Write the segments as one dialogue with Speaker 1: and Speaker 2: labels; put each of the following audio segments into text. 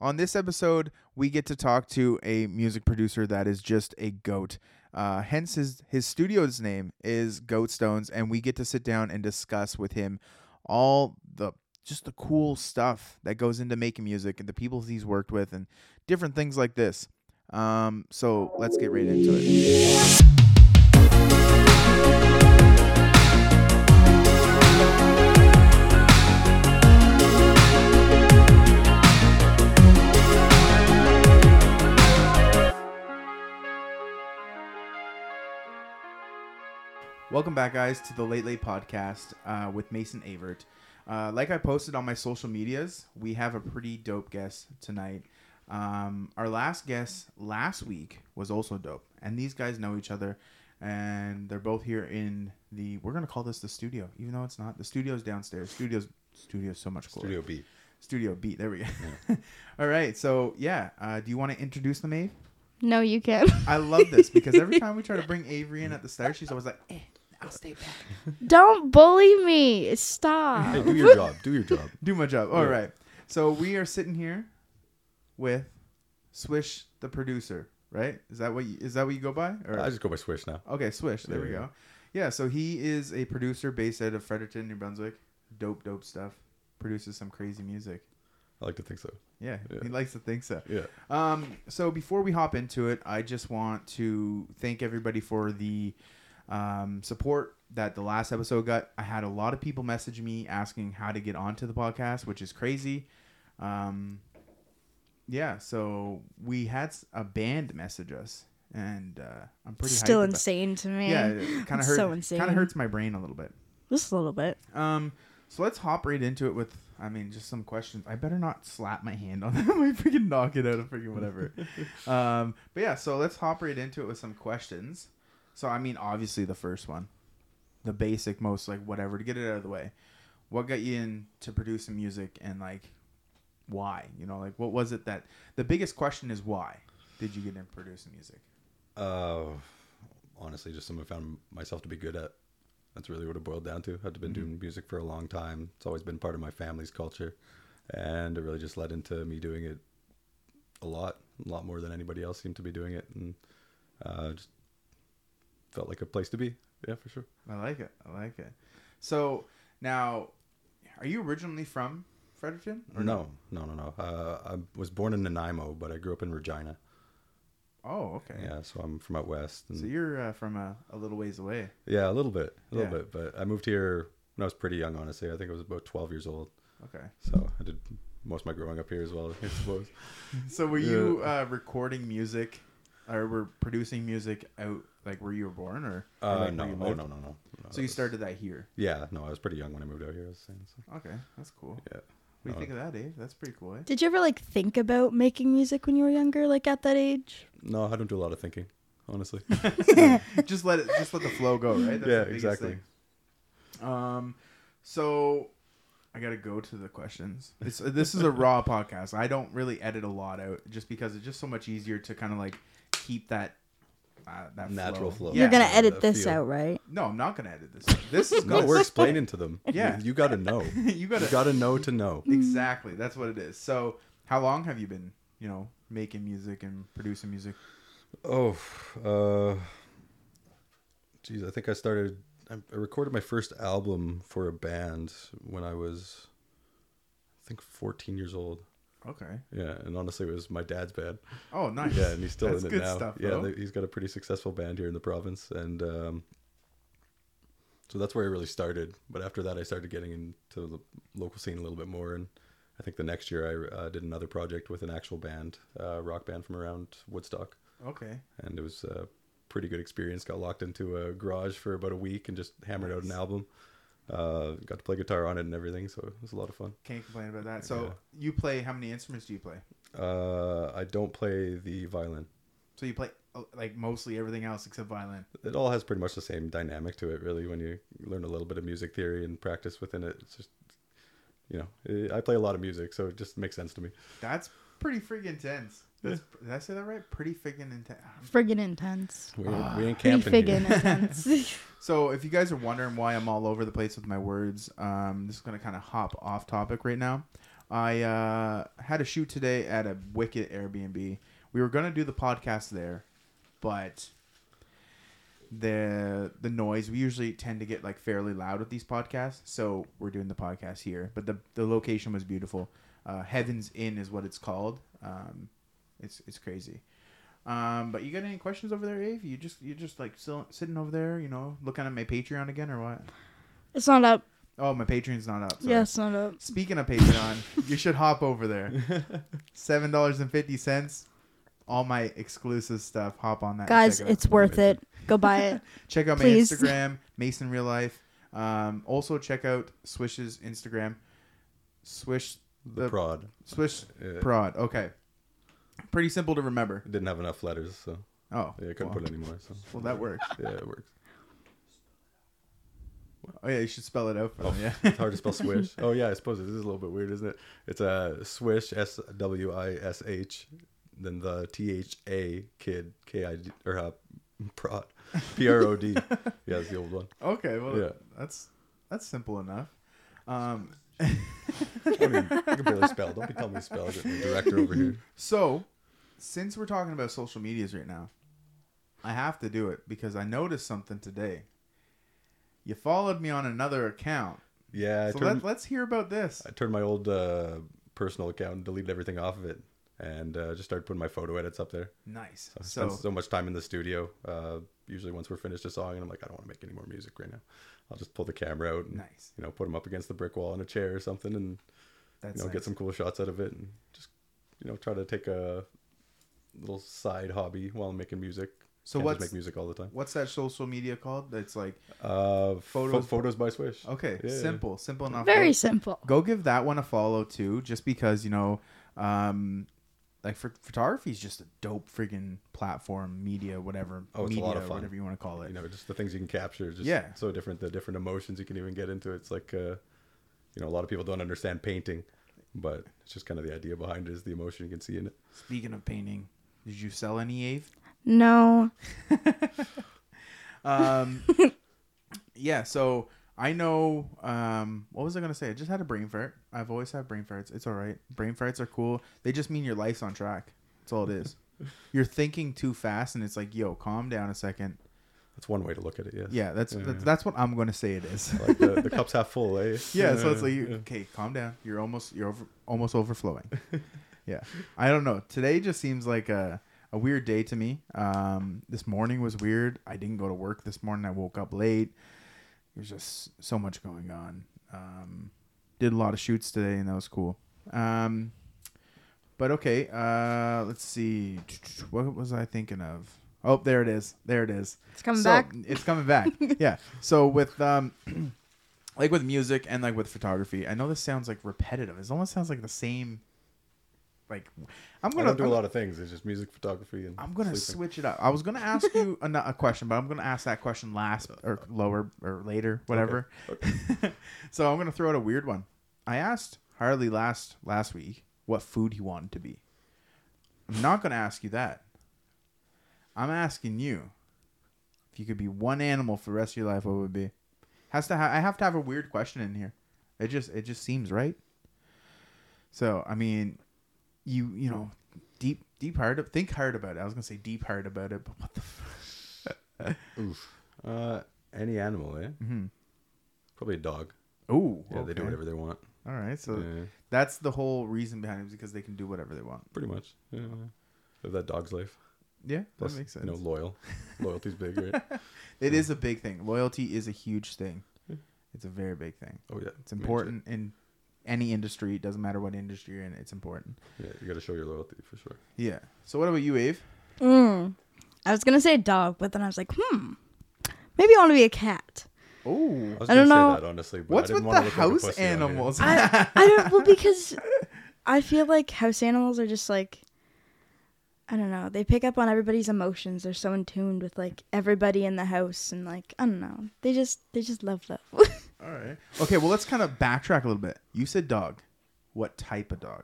Speaker 1: On this episode, we get to talk to a music producer that is just a goat. Uh, hence, his his studio's name is Goatstones, and we get to sit down and discuss with him all the just the cool stuff that goes into making music and the people he's worked with and different things like this. Um, so let's get right into it. Welcome back, guys, to the Late Late Podcast uh, with Mason Avert. Uh, like I posted on my social medias, we have a pretty dope guest tonight. Um, our last guest last week was also dope, and these guys know each other, and they're both here in the. We're gonna call this the studio, even though it's not. The studio's downstairs. Studio's studio's so much cooler.
Speaker 2: Studio B.
Speaker 1: Studio B. There we go. All right. So yeah, uh, do you want to introduce them, Ave?
Speaker 3: No, you can.
Speaker 1: I love this because every time we try to bring Avery in at the start, she's always like, eh, "I'll stay back."
Speaker 3: Don't bully me.
Speaker 2: Hey,
Speaker 3: Stop.
Speaker 2: do your job. Do your job.
Speaker 1: Do my job. All right.
Speaker 2: Yeah.
Speaker 1: So we are sitting here with Swish the producer, right? Is that what you, is that what you go by? Or
Speaker 2: I just go by Swish now.
Speaker 1: okay, Swish. There we
Speaker 2: Yeah.
Speaker 1: go. Yeah. So he is a producer based out of Fredericton, New Brunswick. Dope, dope stuff. Produces some crazy music.
Speaker 2: I like to think so.
Speaker 1: Yeah,
Speaker 2: Yeah.
Speaker 1: he likes to think so.
Speaker 2: Yeah.
Speaker 1: Um, so before we hop into it, I just want to thank everybody for the um, support that the last episode got. I had a lot of people message me asking how to get onto the podcast, which is crazy. Um, yeah, so we had s- a band message us, and uh, I'm pretty
Speaker 3: Still
Speaker 1: hyped about-
Speaker 3: insane to me.
Speaker 1: Yeah, it kind of
Speaker 3: It's
Speaker 1: hurts.
Speaker 3: so
Speaker 1: kind
Speaker 3: insane.
Speaker 1: of hurts my brain a little bit.
Speaker 3: Just a little bit.
Speaker 1: Um, so let's hop right into it with, I mean, just some questions. I better not slap my hand on them. I freaking knock it out of freaking whatever. um, but yeah, so let's hop right into it with some questions. So I mean, obviously the first one, the basic, most like whatever to get it out of the way. What got you into producing music and like why? You know, like what was it that the biggest question is why did you get into producing music?
Speaker 2: Uh, honestly, just something I found myself to be good at. That's really what it boiled down to. I've been doing music for a long time. It's always been part of my family's culture, and it really just led into me doing it a lot, a lot more than anybody else seemed to be doing it, and uh, just felt like a place to be. Yeah, for sure.
Speaker 1: I like it. I like it. So now, are you originally from Fredericton?
Speaker 2: Or no, no, no, no. Uh, I was born in Nanaimo, but I grew up in Regina.
Speaker 1: Oh, okay.
Speaker 2: Yeah, Mm. so I'm from out west. And
Speaker 1: So you're uh, from a, a little ways away.
Speaker 2: Yeah, a little bit, a little
Speaker 1: Yeah.
Speaker 2: bit. But I moved here when I was pretty young, honestly. I think I was about 12 years old.
Speaker 1: Okay.
Speaker 2: So I did most of my growing up here as well, I suppose.
Speaker 1: So were you uh, recording music, or were producing music out like where you were born, or, or
Speaker 2: Uh,
Speaker 1: like, where
Speaker 2: no,
Speaker 1: you
Speaker 2: oh, no,
Speaker 1: lived?
Speaker 2: no, no, no.
Speaker 1: So you started that here.
Speaker 2: Yeah, no, I was pretty young when I moved out here. I was saying, so,
Speaker 1: Okay, that's cool. What
Speaker 2: yeah.
Speaker 1: do you
Speaker 2: No,
Speaker 1: think of that, Dave? That's pretty cool. Eh?
Speaker 3: Did you ever like think about making music when you were younger, like at that age?
Speaker 2: No, I don't do a lot of thinking, honestly.
Speaker 1: just let it, just let the flow go, right?
Speaker 2: Yeah,
Speaker 1: biggest
Speaker 2: exactly.
Speaker 1: thing. Um, so I gotta go to the questions. It's, this is a raw podcast. I don't really edit a lot out, just because it's just so much easier to kind of like keep that uh, that
Speaker 2: Natural flow.
Speaker 1: Yeah.
Speaker 3: You're gonna
Speaker 2: Yeah,
Speaker 3: edit
Speaker 2: I
Speaker 3: this
Speaker 2: feel-
Speaker 3: out, right?
Speaker 1: No, I'm not gonna edit this. This is
Speaker 2: no,
Speaker 1: gonna
Speaker 2: we're explaining to them.
Speaker 1: Yeah.
Speaker 2: You, you got to know.
Speaker 1: you
Speaker 2: You
Speaker 1: gotta
Speaker 2: got to know to know.
Speaker 3: Mm.
Speaker 1: exactly. That's what it is. So, how long have you been, you know, making music and producing music?
Speaker 2: Oh, uh, geez, I think I started. I I recorded my first album for a band when I was, I think, 14 years old.
Speaker 1: Okay.
Speaker 2: Yeah, and honestly, it was my dad's band.
Speaker 1: Oh, nice.
Speaker 2: Yeah, and he's still
Speaker 1: That's
Speaker 2: in it
Speaker 1: good
Speaker 2: now.
Speaker 1: Stuff,
Speaker 2: yeah,
Speaker 1: bro.
Speaker 2: they- he's got a pretty successful band here in the province, and um, so that's where I really started. But after that, I started getting into the local scene a little bit more, and I think the next year I uh, did another project with an actual band, uh, rock band from around Woodstock
Speaker 1: okay.
Speaker 2: and it was a pretty good experience. Got locked into a garage for about a week and just hammered out an album. Uh, got to play guitar on it and everything, so it was a lot of fun.
Speaker 1: Can't complain about that. So,
Speaker 2: Yeah.
Speaker 1: you play how many instruments do you play?
Speaker 2: Uh, I don't play the violin.
Speaker 1: So you play uh, like mostly everything else except violin.
Speaker 2: It all has pretty much the same dynamic to it, really. When you learn a little bit of music theory and practice within it, it's just you know, eh, I play a lot of music, so it just makes sense to me.
Speaker 1: That's pretty freaking intense. That's, Did I say that right? Pretty freaking intense.
Speaker 3: Friggin' intense.
Speaker 2: We, ain't we ain't
Speaker 3: Pretty
Speaker 2: camping here.
Speaker 3: friggin' intense.
Speaker 1: So, if you guys are wondering why I'm all over the place with my words, um, this is going to kind of hop off topic right now. I uh, had a shoot today at a wicked Airbnb. We were gonna do the podcast there, but the the noise we usually tend to get like fairly loud with these podcasts, so we're doing the podcast here. But the the location was beautiful. Uh, Heaven's Inn is what it's called. Um, it's it's crazy. Um, but you got any questions over there, Ave? You just you just like still sitting over there, you know, looking at my Patreon again or what?
Speaker 3: It's not up.
Speaker 1: Oh, my Patreon's not up. Sorry.
Speaker 3: Yeah, it's not up.
Speaker 1: Speaking of Patreon, you should hop over there. Seven dollars and fifty cents. All my exclusive stuff. Hop on that,
Speaker 3: Guys,
Speaker 1: Check out.
Speaker 3: it's worth it. Go buy it.
Speaker 1: Check out my
Speaker 3: Please.
Speaker 1: Instagram, Mason Real Life. Um, also check out Swish's Instagram, Swish
Speaker 2: The,
Speaker 1: The-
Speaker 2: prod.
Speaker 1: Swish
Speaker 2: Yeah.
Speaker 1: Prod. Okay, pretty simple to remember.
Speaker 2: It didn't have enough letters, so
Speaker 1: Oh,
Speaker 2: yeah, I couldn't
Speaker 1: well,
Speaker 2: put any more. So
Speaker 1: well, that works.
Speaker 2: yeah, it works.
Speaker 1: Oh yeah, you should spell it out for
Speaker 2: Oh,
Speaker 1: them. Yeah.
Speaker 2: it's hard to spell swish. Oh yeah, I suppose this is a little bit weird, isn't it? It's a swish, S W I S H, then the T H A kid K I D or uh, prod, P R O D. Yeah, it's the old one.
Speaker 1: Okay, well,
Speaker 2: Yeah.
Speaker 1: that's that's simple enough. Um,
Speaker 2: I mean, I can barely spell. Don't be telling me to spell. Get the director over here.
Speaker 1: So, since we're talking about social medias right now, I have to do it because I noticed something today. You followed me on another account.
Speaker 2: Yeah, I
Speaker 1: so
Speaker 2: turned
Speaker 1: let, let's hear about this.
Speaker 2: I turned my old uh, personal account and deleted everything off of it, and uh, just started putting my photo edits up there.
Speaker 1: Nice.
Speaker 2: I
Speaker 1: So,
Speaker 2: spend so much time in the studio. Uh, usually, once we're finished a song, and I'm like, I don't want to make any more music right now. I'll just pull the camera out and
Speaker 1: nice.
Speaker 2: you know put them up against the brick wall in a chair or something, and
Speaker 1: That's
Speaker 2: you know
Speaker 1: nice.
Speaker 2: get some cool shots out of it, and just you know try to take a little side hobby while I'm making music.
Speaker 1: So
Speaker 2: Can't just
Speaker 1: what's
Speaker 2: make music all the time?
Speaker 1: what's that social media called? That's like
Speaker 2: Uh, photos,
Speaker 1: Photos-
Speaker 2: photos by Swish.
Speaker 1: okay,
Speaker 2: Yeah.
Speaker 1: simple, simple enough.
Speaker 3: Very simple.
Speaker 1: go give that one a follow too just because you know um like for photography is just a dope freaking platform media whatever
Speaker 2: Oh, it's a
Speaker 1: media
Speaker 2: lot of fun.
Speaker 1: whatever you want to call it
Speaker 2: you know just the things you can capture is just
Speaker 1: Yeah.
Speaker 2: so different the different emotions you can even get into it's like uh you know a lot of people don't understand painting but it's just kind of the idea behind it is the emotion you can see in it
Speaker 1: speaking of painting did you sell any ave
Speaker 3: No.
Speaker 1: um yeah so i know um what was i gonna say i just had a brain fart i've always had brain farts it's all right brain farts are cool they just mean your life's on track that's all it is you're thinking too fast and it's like yo calm down a second
Speaker 2: that's one way to look at it yes.
Speaker 1: yeah that's
Speaker 2: Yeah,
Speaker 1: that's,
Speaker 2: yeah.
Speaker 1: that's what i'm gonna say it is
Speaker 2: like the, the cup's half full eh
Speaker 1: yeah, so it's like you,
Speaker 2: yeah.
Speaker 1: okay calm down you're almost you're over, almost overflowing yeah i don't know today just seems like a, a weird day to me um, this morning was weird i didn't go to work this morning i woke up late there's just so much going on um, did a lot of shoots today and that was cool um, but okay uh, let's see what was i thinking of oh there it is there it is
Speaker 3: It's coming
Speaker 1: so,
Speaker 3: back.
Speaker 1: It's coming back. yeah. So with um like with music and like with photography, I know this sounds like repetitive. It almost sounds like the same like I'm
Speaker 2: i
Speaker 1: going
Speaker 2: don't
Speaker 1: to
Speaker 2: do a lot of things it's just music photography and
Speaker 1: I'm going to
Speaker 2: sleeping.
Speaker 1: switch it up. I was going to ask you a, a question, but I'm going to ask that question last or lower or later, whatever. so I'm going to throw out a weird one. I asked Harley last last week what food he wanted to be. I'm not going to ask you that. I'm asking you if you could be one animal for the rest of your life, what would it be? Has to ha- I have to have a weird question in here. It just it just seems right. So I mean, you you know, deep deep hard think hard about it. I was gonna say deep hard about it, but what the
Speaker 2: uh any animal eh
Speaker 1: Mhm.
Speaker 2: probably a dog
Speaker 1: oh
Speaker 2: yeah they do whatever they want
Speaker 1: All right, so
Speaker 2: yeah,
Speaker 1: that's the whole reason behind it is because they can do whatever they want.
Speaker 2: pretty much yeah live that dog's life
Speaker 1: Yeah,
Speaker 2: Plus,
Speaker 1: that makes sense.
Speaker 2: you know loyal loyalty's big right
Speaker 1: It is a big thing. Loyalty is a huge thing.
Speaker 2: Yeah.
Speaker 1: It's a very big thing.
Speaker 2: oh yeah
Speaker 1: It's important in any industry. It doesn't matter what industry you're in. It's important.
Speaker 2: yeah you gotta show your loyalty for sure
Speaker 1: Yeah. So what about you, Ave?
Speaker 3: Mm. I was gonna say dog, but then I was like, hmm. Maybe I want to be a cat.
Speaker 1: Oh,
Speaker 2: I was
Speaker 3: I
Speaker 2: gonna
Speaker 3: don't
Speaker 2: say
Speaker 3: know.
Speaker 2: that honestly. But
Speaker 1: what's
Speaker 2: I
Speaker 1: with
Speaker 2: didn't
Speaker 1: the
Speaker 2: wanna look like a
Speaker 1: house
Speaker 2: pussy on here.
Speaker 1: animals?
Speaker 3: I I don't well because I feel like house animals are just like I don't know. They pick up on everybody's emotions. They're so in tune with like everybody in the house and like I don't know. They just they just love love.
Speaker 1: All right. Okay. Well, let's kind of backtrack a little bit. You said dog. What type of dog?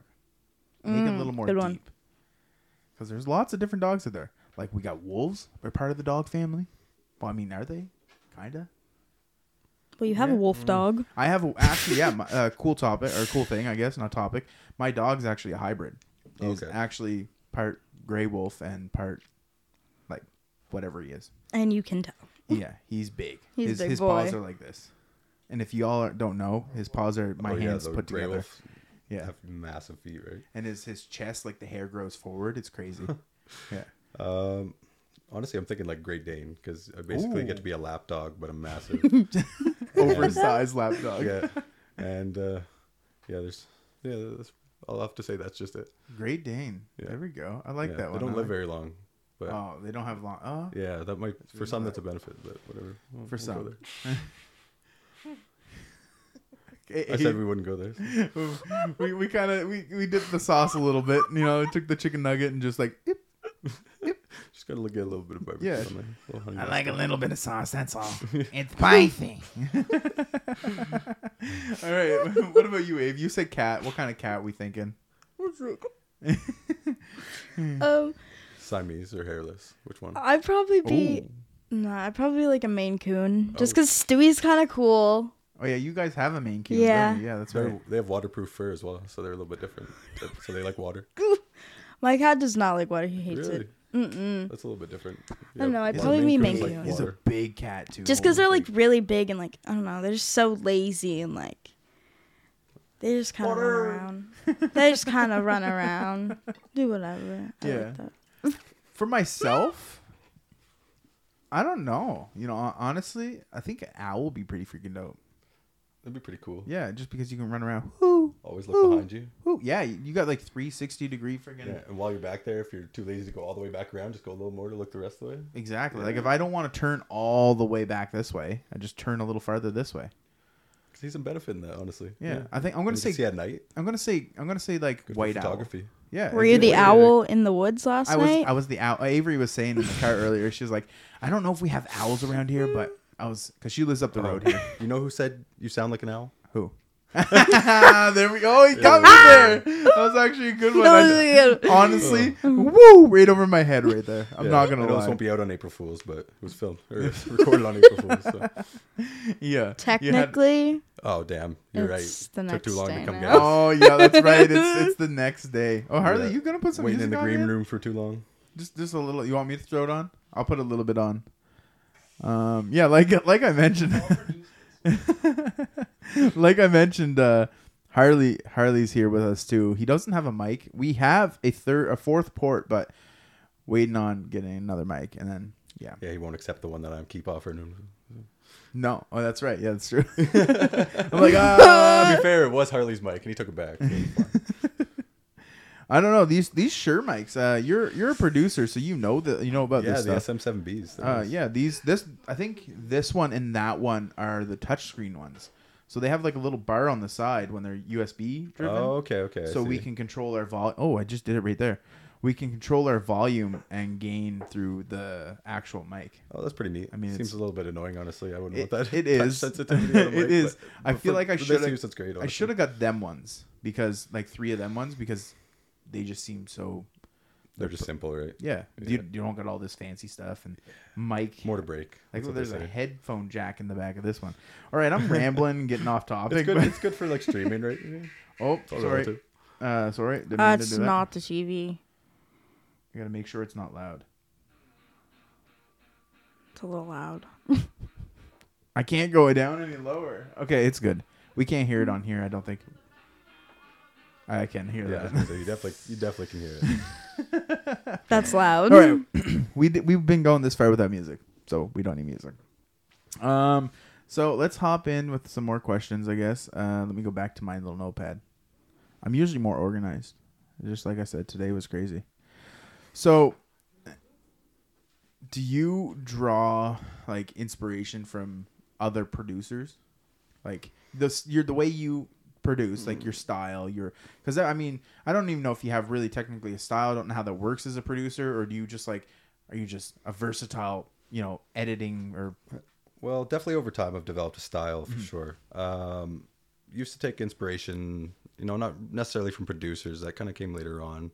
Speaker 1: Make it a
Speaker 3: Mm,
Speaker 1: little more
Speaker 3: good
Speaker 1: deep.
Speaker 3: one.
Speaker 1: Because there's lots of different dogs out there. Like we got wolves. They're part of the dog family. Well, I mean, are they? Kinda.
Speaker 3: Well, you have
Speaker 1: Yeah.
Speaker 3: a
Speaker 2: Mm.
Speaker 3: wolf dog.
Speaker 1: I have a- actually, yeah, my, uh, cool topic or cool thing, I guess, not topic. My dog's actually a hybrid. He's
Speaker 2: Okay.
Speaker 1: actually part gray wolf and part like whatever he is.
Speaker 3: And you can tell.
Speaker 1: Yeah, he's big.
Speaker 3: He's a
Speaker 1: his
Speaker 3: big
Speaker 1: his paws
Speaker 3: boy.
Speaker 1: are like this. And if y'all are- don't know, his paws are my
Speaker 2: Oh, yeah,
Speaker 1: hands
Speaker 2: the
Speaker 1: put
Speaker 2: gray
Speaker 1: together.
Speaker 2: wolves
Speaker 1: Yeah,
Speaker 2: have massive feet, right?
Speaker 1: and his his chest like the hair grows forward. It's crazy. yeah.
Speaker 2: Um, honestly, I'm thinking like Great Dane because I basically
Speaker 1: Ooh.
Speaker 2: get to be a lap dog, but I'm massive.
Speaker 1: oversized lap dog.
Speaker 2: yeah, and uh, yeah, there's yeah. That's, I'll have to say that's just it.
Speaker 1: Great Dane.
Speaker 2: Yeah.
Speaker 1: There we go. I like
Speaker 2: Yeah,
Speaker 1: that one.
Speaker 2: They don't
Speaker 1: I
Speaker 2: live
Speaker 1: like-
Speaker 2: very long, but
Speaker 1: Oh, they don't have long. Oh,
Speaker 2: yeah, that might for
Speaker 1: really
Speaker 2: some
Speaker 1: not-
Speaker 2: that's a benefit, but whatever. We'll-
Speaker 1: for
Speaker 2: we'll
Speaker 1: some.
Speaker 2: go there.
Speaker 1: Okay,
Speaker 2: I said we wouldn't go there. so-
Speaker 1: we we kind of we, we dipped the sauce a little bit. You know, took the chicken nugget and just like. "Oop."
Speaker 2: Just gotta look at a little bit of barbecue.
Speaker 1: Yeah.
Speaker 2: on there, a little honey
Speaker 1: I
Speaker 2: mustard.
Speaker 1: like a little bit of sauce. That's all. It's my thing. all right. What about you, Abe? You said cat. What kind of cat we thinking?
Speaker 2: Mm.
Speaker 3: um,
Speaker 2: Siamese or hairless. Which one?
Speaker 3: I'd probably be.
Speaker 1: Ooh.
Speaker 3: Nah, I'd probably be like a Maine Coon, just
Speaker 2: Oh.
Speaker 3: because Stewie's kind of cool.
Speaker 1: Oh yeah, you guys have a Maine Coon.
Speaker 3: Yeah.
Speaker 1: don't you? Yeah, that's
Speaker 2: They're,
Speaker 1: right.
Speaker 2: they have waterproof fur as well, so they're a little bit different. That- So they like water.
Speaker 3: My cat does not like water; he hates
Speaker 2: Really?
Speaker 3: it.
Speaker 1: Mm.
Speaker 3: Mm-mm.
Speaker 2: That's a little bit different.
Speaker 3: don't know, I'd
Speaker 2: one
Speaker 3: probably
Speaker 2: Maine
Speaker 3: be
Speaker 2: Coon's
Speaker 3: Maine
Speaker 2: like
Speaker 3: Coon.
Speaker 1: He's a
Speaker 2: water.
Speaker 1: big cat too.
Speaker 3: Just because they're like really big and like I don't know, they're just so lazy and like they just kind of run
Speaker 1: Water.
Speaker 3: around. they just kind of run around, do whatever. I
Speaker 1: Yeah.
Speaker 3: Like that.
Speaker 1: For myself, I don't know. You know, hon- honestly, I think an owl would be pretty freaking dope.
Speaker 2: That'd be pretty cool.
Speaker 1: Yeah, just because you can run around. Whoo,
Speaker 2: Always
Speaker 1: Ooh.
Speaker 2: look behind you.
Speaker 1: whoo. Yeah, you you got like 360 degree freaking.
Speaker 2: Yeah. And while you're back there, if you're too lazy to go all the way back around, just go a little more to look the rest of the way.
Speaker 1: Exactly. Like if I don't want to turn all the way back this way, I just turn a little farther this way.
Speaker 2: Because he's some benefit in that, honestly.
Speaker 1: Yeah, I think I'm gonna say
Speaker 2: see at night.
Speaker 1: I'm gonna say I'm gonna say like
Speaker 2: Good for
Speaker 1: white owl.
Speaker 2: photography.
Speaker 1: Yeah.
Speaker 3: Were you the
Speaker 1: exactly.
Speaker 2: yeah.
Speaker 3: owl in the woods last
Speaker 1: I was
Speaker 3: night?
Speaker 1: I was the owl. Avery was saying in the car earlier. She was like, I don't know if we have owls around here, but I was because she lives up the road here.
Speaker 2: Um, You know who said you sound like an owl?
Speaker 1: Who? there we go. Oh, He got me there. That was actually a good one.
Speaker 3: That
Speaker 1: I-
Speaker 3: was good.
Speaker 1: honestly, woo, right over my head right there. I'm
Speaker 2: Oh. Yeah,
Speaker 1: not
Speaker 2: I
Speaker 1: gonna
Speaker 2: know
Speaker 1: lie.
Speaker 2: This won't be out on April Fools, but it was filmed or it was recorded on April Fools. So.
Speaker 1: yeah. you had-
Speaker 3: Technically,
Speaker 2: Oh damn, you're
Speaker 3: It's the
Speaker 2: right. Took too
Speaker 3: next
Speaker 2: long
Speaker 3: day
Speaker 2: to come
Speaker 3: now.
Speaker 2: get us.
Speaker 1: Oh yeah, that's right. It's it's the next day. Oh Harley,
Speaker 2: Yeah.
Speaker 1: you gonna put some
Speaker 2: Waiting
Speaker 1: music
Speaker 2: in the
Speaker 1: on
Speaker 2: green
Speaker 1: yet?
Speaker 2: room for too long.
Speaker 1: Just just a little. You want me to throw it on? I'll put a little bit on. Um, yeah, like like I mentioned, like I mentioned, uh, Harley Harley's here with us too. He doesn't have a mic. We have a third, a fourth port, but waiting on getting another mic, and then yeah,
Speaker 2: Yeah, he won't accept the one that I keep offering him.
Speaker 1: no, oh that's right, yeah, that's true. I'm like, ah,
Speaker 2: to be fair, it Uh, was Harley's mic, and he took it back.
Speaker 1: I don't know these these sure mics. Uh, you're you're a producer, so you know the you know about
Speaker 2: yeah,
Speaker 1: this
Speaker 2: the
Speaker 1: stuff.
Speaker 2: SM7Bs. they're
Speaker 1: Uh,
Speaker 2: nice.
Speaker 1: yeah, these this I think this one and that one are the touchscreen ones. So they have like a little bar on the side when they're USB driven.
Speaker 2: Oh, okay, okay. I
Speaker 1: so we
Speaker 2: see.
Speaker 1: can control our volume. Oh, I just did it right there. We can control our volume and gain through the actual mic.
Speaker 2: Oh, that's pretty neat.
Speaker 1: I
Speaker 2: I
Speaker 1: mean,
Speaker 2: mean,
Speaker 1: it's-
Speaker 2: seems a little bit annoying, honestly. I wouldn't
Speaker 1: It-
Speaker 2: want that.
Speaker 1: it
Speaker 2: touch
Speaker 1: is.
Speaker 2: sensitivity. on a
Speaker 1: It
Speaker 2: mic,
Speaker 1: is.
Speaker 2: but-
Speaker 1: I
Speaker 2: but
Speaker 1: feel
Speaker 2: for-
Speaker 1: like I
Speaker 2: for this
Speaker 1: shoulda-
Speaker 2: use, it's great.
Speaker 1: I
Speaker 2: honestly.
Speaker 1: should have got them ones because like three of them ones because they just seem so
Speaker 2: They're just simple, right?
Speaker 1: yeah.
Speaker 2: Yeah.
Speaker 1: You, you don't get all this fancy stuff and mic
Speaker 2: More to break.
Speaker 1: Like
Speaker 2: that's what they
Speaker 1: there's a
Speaker 2: say.
Speaker 1: headphone jack in the back of this one. All right, I'm rambling, getting off topic.
Speaker 2: It's good.
Speaker 1: but-
Speaker 2: It's good for like streaming, right? Yeah.
Speaker 1: Oh,
Speaker 2: all
Speaker 1: sorry.
Speaker 2: relative.
Speaker 1: Uh, sorry. Didn't mean to
Speaker 3: that's
Speaker 1: do that.
Speaker 3: not the TV.
Speaker 1: I gotta make sure it's not loud.
Speaker 3: It's a little loud.
Speaker 1: I can't go down any lower. Okay, it's good. We can't hear it on here. I don't think. I can hear
Speaker 2: Yeah, I was
Speaker 1: that.
Speaker 2: gonna say, you definitely, you definitely can hear it.
Speaker 3: That's loud.
Speaker 1: All right, we d- we've been going this far without music, so we don't need music. Um, so let's hop in with some more questions, I guess. Uh, let me go back to my little notepad. I'm usually more organized. Just like I said, today was crazy. So, do you draw like inspiration from other producers? Like this, your the way you produce, like your style, your because I mean I don't even know if you have really technically a style. I don't know how that works as a producer, or do you just like are you just a versatile, you know, editing or
Speaker 2: Well, definitely over time, I've developed a style for sure. Um, used to take inspiration, you know, not necessarily from producers. That kind of came later on.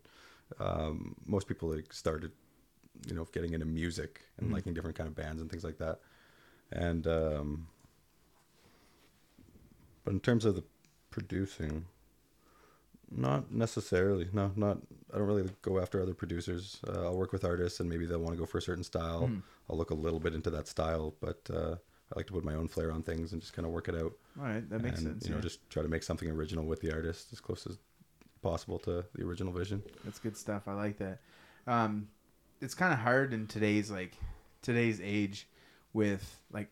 Speaker 2: Um, most people like started, you know, getting into music and liking different kind of bands and things like that. And um, But in terms of the producing, not necessarily. No, not. I don't really go after other producers. Uh, I'll work with artists, and maybe they'll want to go for a certain style.
Speaker 1: Hmm.
Speaker 2: I'll look a little bit into that style, but uh, I like to put my own flair on things and just kind of work it out.
Speaker 1: All right, that makes
Speaker 2: and,
Speaker 1: sense.
Speaker 2: You know,
Speaker 1: yeah.
Speaker 2: just try to make something original with the artist as close as possible to the original vision.
Speaker 1: That's good stuff. I like that. Um, it's kind of hard in today's like today's age with like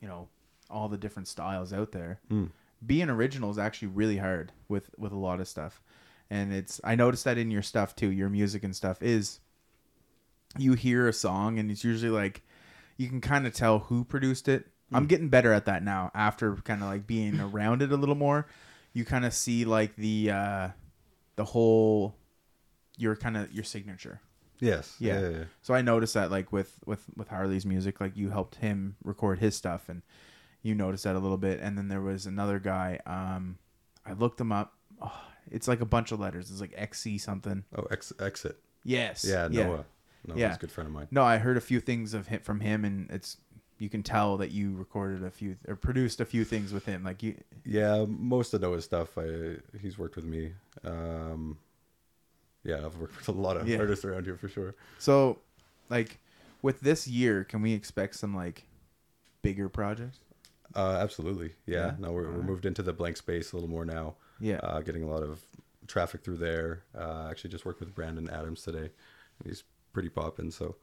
Speaker 1: you know all the different styles out there.
Speaker 2: Mm.
Speaker 1: Being original is actually really hard with with a lot of stuff, and it's I noticed that in your stuff too. Your music and stuff is you hear a song and it's usually like you can kind of tell who produced it. I'm getting better at that now after kind of like being around it a little more. You kind of see like the uh, the whole your kind of your signature.
Speaker 2: Yes.
Speaker 1: Yeah.
Speaker 2: yeah, yeah.
Speaker 1: So I noticed that like with with with Harley's music, like you helped him record his stuff, and you noticed that a little bit. And then there was another guy. Um, I looked him up. Oh, it's like a bunch of letters. It's like XC something.
Speaker 2: Oh, ex- exit.
Speaker 1: Yes.
Speaker 2: Yeah, Noah. Noah's
Speaker 1: Yeah.
Speaker 2: a good friend of mine.
Speaker 1: No, I heard a few things of him from him, and it's you can tell that you recorded a few or produced a few things with him. Like you,
Speaker 2: Yeah, most of Noah's stuff, I he's worked with me. Um, yeah, I've worked with a lot of
Speaker 1: Yeah.
Speaker 2: artists around here for sure.
Speaker 1: so like with this year, can we expect some like bigger projects?
Speaker 2: Uh, absolutely. Yeah.
Speaker 1: Yeah?
Speaker 2: No, we're, we're moved into the blank space a little more now.
Speaker 1: Yeah.
Speaker 2: Uh, getting a lot of traffic through there. Uh, actually, just worked with Brandon Adams today. He's pretty poppin', so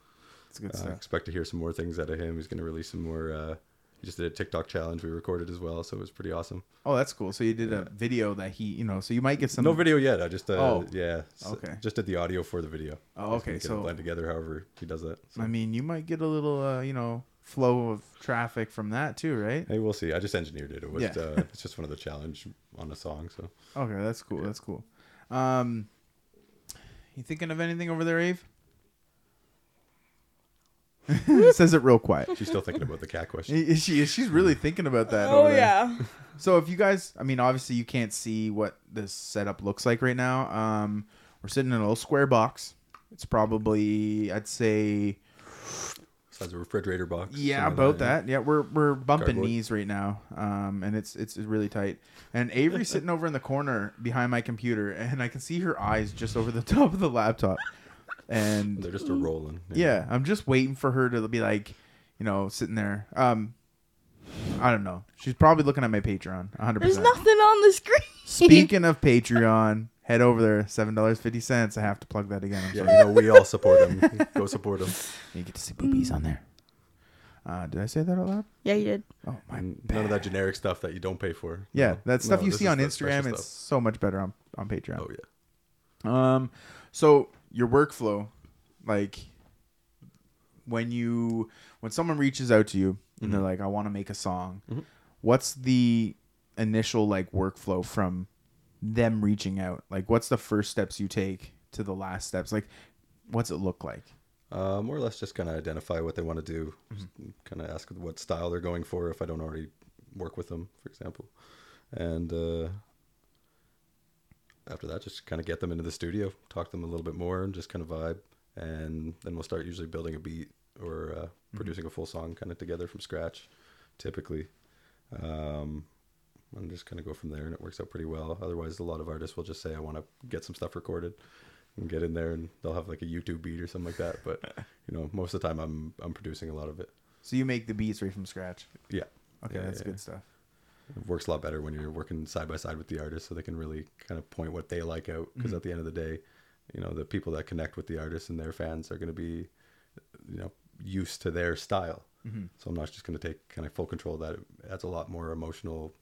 Speaker 1: It's good
Speaker 2: uh,
Speaker 1: stuff.
Speaker 2: expect to hear some more things out of him. He's going to release some more. Uh, he just did a TikTok challenge we recorded as well, so it was pretty awesome.
Speaker 1: Oh, that's cool. So you did a video that he, you know, so you might get some.
Speaker 2: No video yet. I just uh,
Speaker 1: Oh.
Speaker 2: yeah. s-
Speaker 1: Okay.
Speaker 2: Just did the audio for the video.
Speaker 1: Oh,
Speaker 2: Just gonna
Speaker 1: okay,
Speaker 2: get it
Speaker 1: so-
Speaker 2: blend together however he does that. So.
Speaker 1: I mean, you might get a little, uh, you know, flow of traffic from that too, right?
Speaker 2: Hey, we'll see. I just engineered it. It was
Speaker 1: Yeah.
Speaker 2: uh, it's just one of the challenge on a song. So
Speaker 1: Okay, that's cool. That's cool. Um, you thinking of anything over there, Ave? says it real quiet.
Speaker 2: she's still thinking about the cat question.
Speaker 1: She she- she's really thinking about that.
Speaker 3: Oh
Speaker 1: over there.
Speaker 3: yeah.
Speaker 1: So if you guys, I mean, obviously you can't see what this setup looks like right now. Um, we're sitting in a little square box. It's probably, I'd say,
Speaker 2: Besides a refrigerator box.
Speaker 1: Yeah,
Speaker 2: something
Speaker 1: about
Speaker 2: like
Speaker 1: that. Yeah, we're we're bumping
Speaker 2: Cardboard.
Speaker 1: knees right now, um, and it's it's really tight. And Avery's sitting over in the corner behind my computer, and I can see her eyes just over the top of the laptop. And
Speaker 2: They're just a rolling.
Speaker 1: yeah, I'm just waiting for her to be like, you know, sitting there. Um, I don't know. She's probably looking at my Patreon. 100.
Speaker 3: There's
Speaker 1: percent
Speaker 3: nothing on the screen.
Speaker 1: Speaking of Patreon, head over there. Seven dollars fifty cents. I have to plug that again. I'm
Speaker 2: Yeah,
Speaker 1: sorry.
Speaker 2: you know, we all support him. Go support him.
Speaker 1: You get to see boobies on there. Uh, did I say that out loud?
Speaker 3: Yeah, you did.
Speaker 1: Oh my.
Speaker 2: And none of that generic stuff that you don't pay for.
Speaker 1: Yeah,
Speaker 2: No.
Speaker 1: that stuff
Speaker 2: No,
Speaker 1: you
Speaker 2: this
Speaker 1: see
Speaker 2: is
Speaker 1: on
Speaker 2: the
Speaker 1: Instagram,
Speaker 2: special
Speaker 1: it's
Speaker 2: stuff.
Speaker 1: so much better on, on Patreon.
Speaker 2: Oh yeah.
Speaker 1: Um, so your workflow, like when you when someone reaches out to you and
Speaker 2: Mm-hmm.
Speaker 1: they're like, "I want to make a song," what's the initial like workflow from them reaching out? Like, what's the first steps you take to the last steps? Like, what's it look like?
Speaker 2: Uh, more or less just kind of identify what they want to do.
Speaker 1: Mm-hmm.
Speaker 2: Kind of ask what style they're going for if I don't already work with them, for example. And uh, after that, just kind of get them into the studio, talk to them a little bit more, and just kind of vibe. And then we'll start usually building a beat or uh,
Speaker 1: Mm-hmm.
Speaker 2: producing a full song kind of together from scratch, typically. Um, and just kind of go from there, and it works out pretty well. Otherwise, a lot of artists will just say, "I want to get some stuff recorded," and get in there, and they'll have like a YouTube beat or something like that. But you know, most of the time, I'm I'm producing a lot of it.
Speaker 1: So you make the beats right from scratch.
Speaker 2: Yeah,
Speaker 1: Okay,
Speaker 2: Yeah,
Speaker 1: that's
Speaker 2: yeah,
Speaker 1: good stuff.
Speaker 2: It works a lot better when you're working side by side with the artist, so they can really kind of point what they like out. Because at the end of the day, you know, the people that connect with the artists and their fans are going to be, you know, used to their style. So I'm not just going to take kind of full control of that. It adds a lot more emotional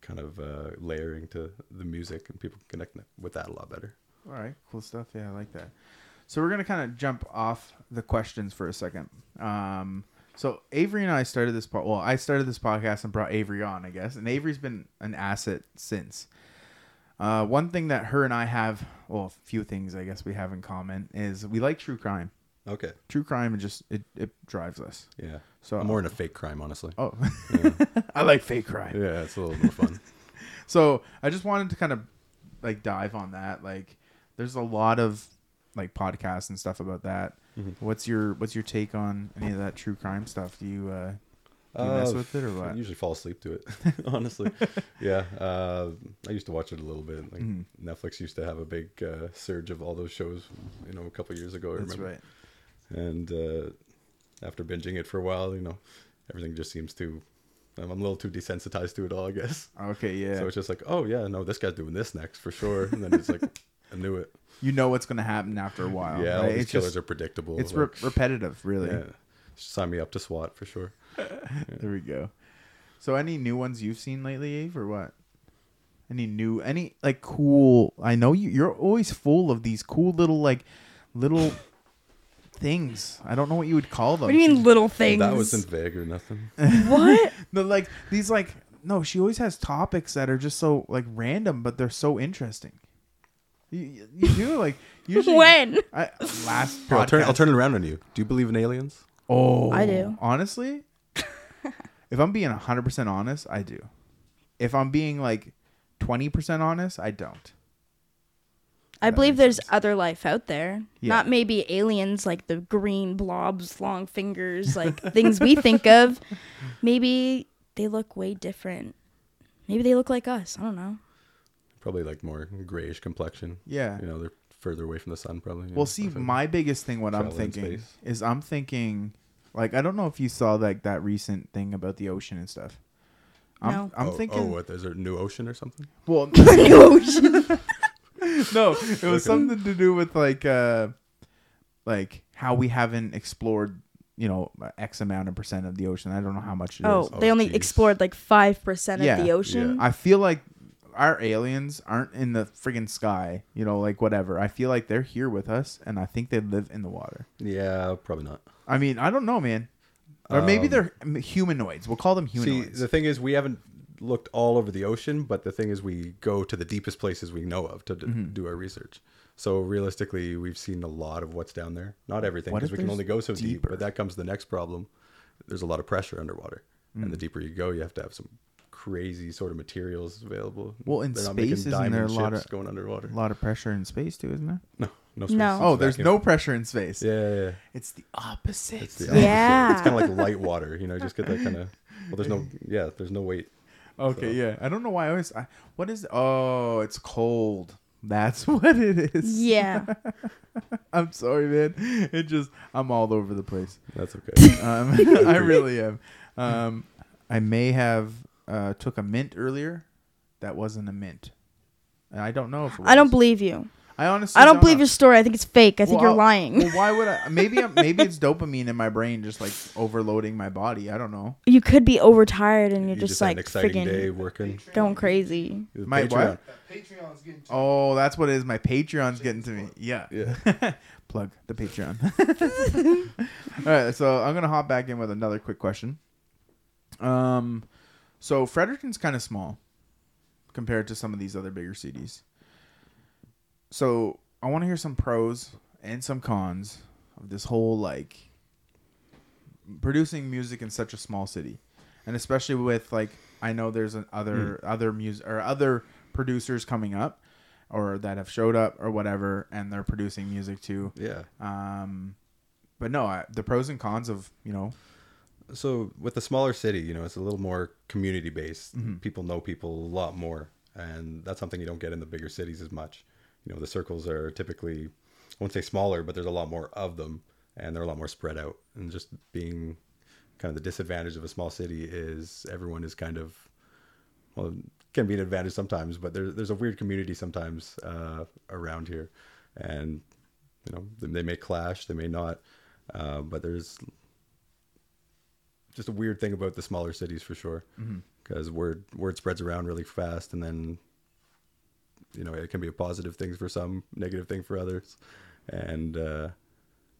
Speaker 2: kind of uh, layering to the music, and people can connect with that a lot better.
Speaker 1: All right, cool stuff. Yeah, I like that. So we're gonna kind of jump off the questions for a second. Um, so Avery and I started this. Po- well, I started this podcast and brought Avery on, I guess, and Avery's been an asset since. Uh, one thing that her and I have, well, a few things I guess we have in common is we like true crime.
Speaker 2: Okay.
Speaker 1: True crime, it just it, it drives us.
Speaker 2: Yeah.
Speaker 1: So-
Speaker 2: So I'm more into fake crime, honestly.
Speaker 1: Oh, I like fake crime.
Speaker 2: Yeah, it's a little more fun.
Speaker 1: So I just wanted to kind of like dive on that. Like, there's a lot of like podcasts
Speaker 2: Mm-hmm.
Speaker 1: and stuff about that. What's your What's your take on any of that true crime stuff? Do you uh, You mess
Speaker 2: Oh,
Speaker 1: with it or
Speaker 2: I
Speaker 1: what?
Speaker 2: usually fall asleep to it, honestly. yeah, uh, I used to watch it a little bit. Like
Speaker 1: Mhm.
Speaker 2: Netflix used to have a big uh, surge of all those shows, you know, a couple years ago. I
Speaker 1: That's right.
Speaker 2: remember. And uh, after binging it for a while, you know, everything just seems to. I'm I'm a little too desensitized to it all, I guess.
Speaker 1: Okay, yeah.
Speaker 2: So it's just like, oh yeah, no, this guy's doing this next for sure. And then it's like, I knew it.
Speaker 1: you know what's going to happen after a while.
Speaker 2: yeah, all
Speaker 1: Oh, right?
Speaker 2: these
Speaker 1: it's
Speaker 2: killers
Speaker 1: just
Speaker 2: are predictable.
Speaker 1: it's re-
Speaker 2: like,
Speaker 1: repetitive, really.
Speaker 2: yeah. sign me up to SWAT for sure.
Speaker 1: There we go. So, any new ones you've seen lately, Eve, or what? Any new, any like cool? I know you. You're always full of these cool little like little things. I don't know what you would call them.
Speaker 3: What do you mean little things?
Speaker 2: That wasn't vague or nothing.
Speaker 3: what?
Speaker 1: No, like these like no. She always has topics that are just so like random, but they're so interesting. You, you do like usually
Speaker 3: when?
Speaker 1: I, last podcast.
Speaker 2: Here, I'll turn. I'll turn it around on you. Do you believe in aliens?
Speaker 1: Oh,
Speaker 3: I do.
Speaker 1: Honestly, if I'm being 100% honest, I do. If I'm being like 20% honest, I don't.
Speaker 3: I
Speaker 1: That
Speaker 3: believe
Speaker 1: makes
Speaker 3: there's
Speaker 1: sense.
Speaker 3: other life out there.
Speaker 1: Yeah.
Speaker 3: Not maybe aliens like the green blobs, long fingers, like things we think of. Maybe they look way different. Maybe they look like us. I don't know.
Speaker 2: Probably like more grayish complexion.
Speaker 1: Yeah.
Speaker 2: You know, they're further away from the sun, probably. yeah,
Speaker 1: Well, see,
Speaker 2: stuff like-
Speaker 1: my biggest thing, what I'm
Speaker 2: Travel in
Speaker 1: thinking
Speaker 2: space.
Speaker 1: is I'm thinking, like, I don't know if you saw like that recent thing about the ocean and stuff. I'm,
Speaker 3: No.
Speaker 1: I'm
Speaker 2: oh,
Speaker 1: thinking.
Speaker 2: Oh, what? Is there a new ocean or something?
Speaker 1: Well,
Speaker 3: No, shit.
Speaker 1: no, it was something to do with like, uh, like how we haven't explored, you know, X amount of percent of the ocean. I don't know how much it is.
Speaker 3: oh,
Speaker 2: Oh,
Speaker 3: they only
Speaker 2: geez.
Speaker 3: explored like 5%
Speaker 1: Yeah.
Speaker 3: of the ocean.
Speaker 1: I feel like our aliens aren't in the friggin' sky, you know, like whatever. I feel like they're here with us, and I think they live in the water.
Speaker 2: Yeah, probably not.
Speaker 1: I mean, I don't know, man. Or maybe
Speaker 2: Um,
Speaker 1: they're m- humanoids. We'll call them
Speaker 2: See,
Speaker 1: humanoids.
Speaker 2: the thing is, we haven't looked all over the ocean, but the thing is, we go to the deepest places we know of to d-
Speaker 1: Mm-hmm.
Speaker 2: do our research. So realistically, we've seen a lot of what's down there. Not everything,
Speaker 1: What
Speaker 2: because
Speaker 1: if
Speaker 2: we can
Speaker 1: there's
Speaker 2: only go so deep.
Speaker 1: deeper?
Speaker 2: But that comes to the next problem. There's a lot of pressure underwater, and
Speaker 1: Mm.
Speaker 2: the deeper you go, you have to have some crazy sort of materials available.
Speaker 1: Well, in
Speaker 2: They're not
Speaker 1: space,
Speaker 2: making
Speaker 1: isn't there
Speaker 2: diamond
Speaker 1: a lot
Speaker 2: ships
Speaker 1: of-
Speaker 2: going underwater?
Speaker 1: a lot of pressure in space too, isn't there?
Speaker 2: No, no. Space.
Speaker 3: No.
Speaker 2: It's
Speaker 1: Oh,
Speaker 2: a
Speaker 1: there's
Speaker 2: vacuum.
Speaker 1: no pressure in space.
Speaker 2: Yeah, yeah, yeah.
Speaker 1: It's the opposite.
Speaker 2: It's the
Speaker 3: Yeah.
Speaker 2: opposite. It's kind of like light water, you know. Just get that kind of. Well, there's no. Yeah, there's no weight.
Speaker 1: okay,
Speaker 2: So-
Speaker 1: yeah. I don't know why I always. I, what is? Oh, it's cold. That's what it is.
Speaker 3: Yeah.
Speaker 1: I'm sorry, man. It just I'm all over the place.
Speaker 2: That's okay.
Speaker 1: Um, I really am. Um, I may have uh, took a mint earlier. That wasn't a mint. And I don't know if it was.
Speaker 3: I don't believe you.
Speaker 1: I honestly.
Speaker 3: I don't believe
Speaker 1: know.
Speaker 3: your story. I think it's fake. I think
Speaker 1: uh, Well,
Speaker 3: you're
Speaker 1: I'll-
Speaker 3: lying.
Speaker 1: Well, why would I? Maybe I'm, maybe it's dopamine in my brain, just like overloading my body. I don't know.
Speaker 3: you could be overtired and you're
Speaker 2: You
Speaker 3: just,
Speaker 2: had
Speaker 3: like
Speaker 2: an exciting
Speaker 3: friggin'
Speaker 2: day working.
Speaker 3: going crazy.
Speaker 2: It was
Speaker 1: My
Speaker 2: Patreon.
Speaker 4: Patreon's getting to
Speaker 1: Oh, that's what it is. My Patreon's getting to me. Yeah.
Speaker 2: Yeah.
Speaker 1: Plug the Patreon. All right, so I'm gonna hop back in with another quick question. Um, so Fredericton's kind of small compared to some of these other bigger cities. So I want to hear some pros and some cons of this whole like producing music in such a small city, and especially with like I know there's an other
Speaker 2: Mm.
Speaker 1: other music or other producers coming up, or that have showed up or whatever, and they're producing music too.
Speaker 2: Yeah.
Speaker 1: Um, but no, I, the pros and cons of you know,
Speaker 2: So with the smaller city, you know, it's a little more community based. People know people a lot more, and that's something you don't get in the bigger cities as much. You know, the circles are typically, I won't say smaller, but there's a lot more of them, and they're a lot more spread out. And just being kind of the disadvantage of a small city is everyone is kind of well it can be an advantage sometimes but there, there's a weird community sometimes uh, around here and you know they, they may clash they may not uh, but there's just a weird thing about the smaller cities for sure
Speaker 1: Mm-hmm.
Speaker 2: because word word spreads around really fast and then you know it can be a positive thing for some negative thing for others and uh,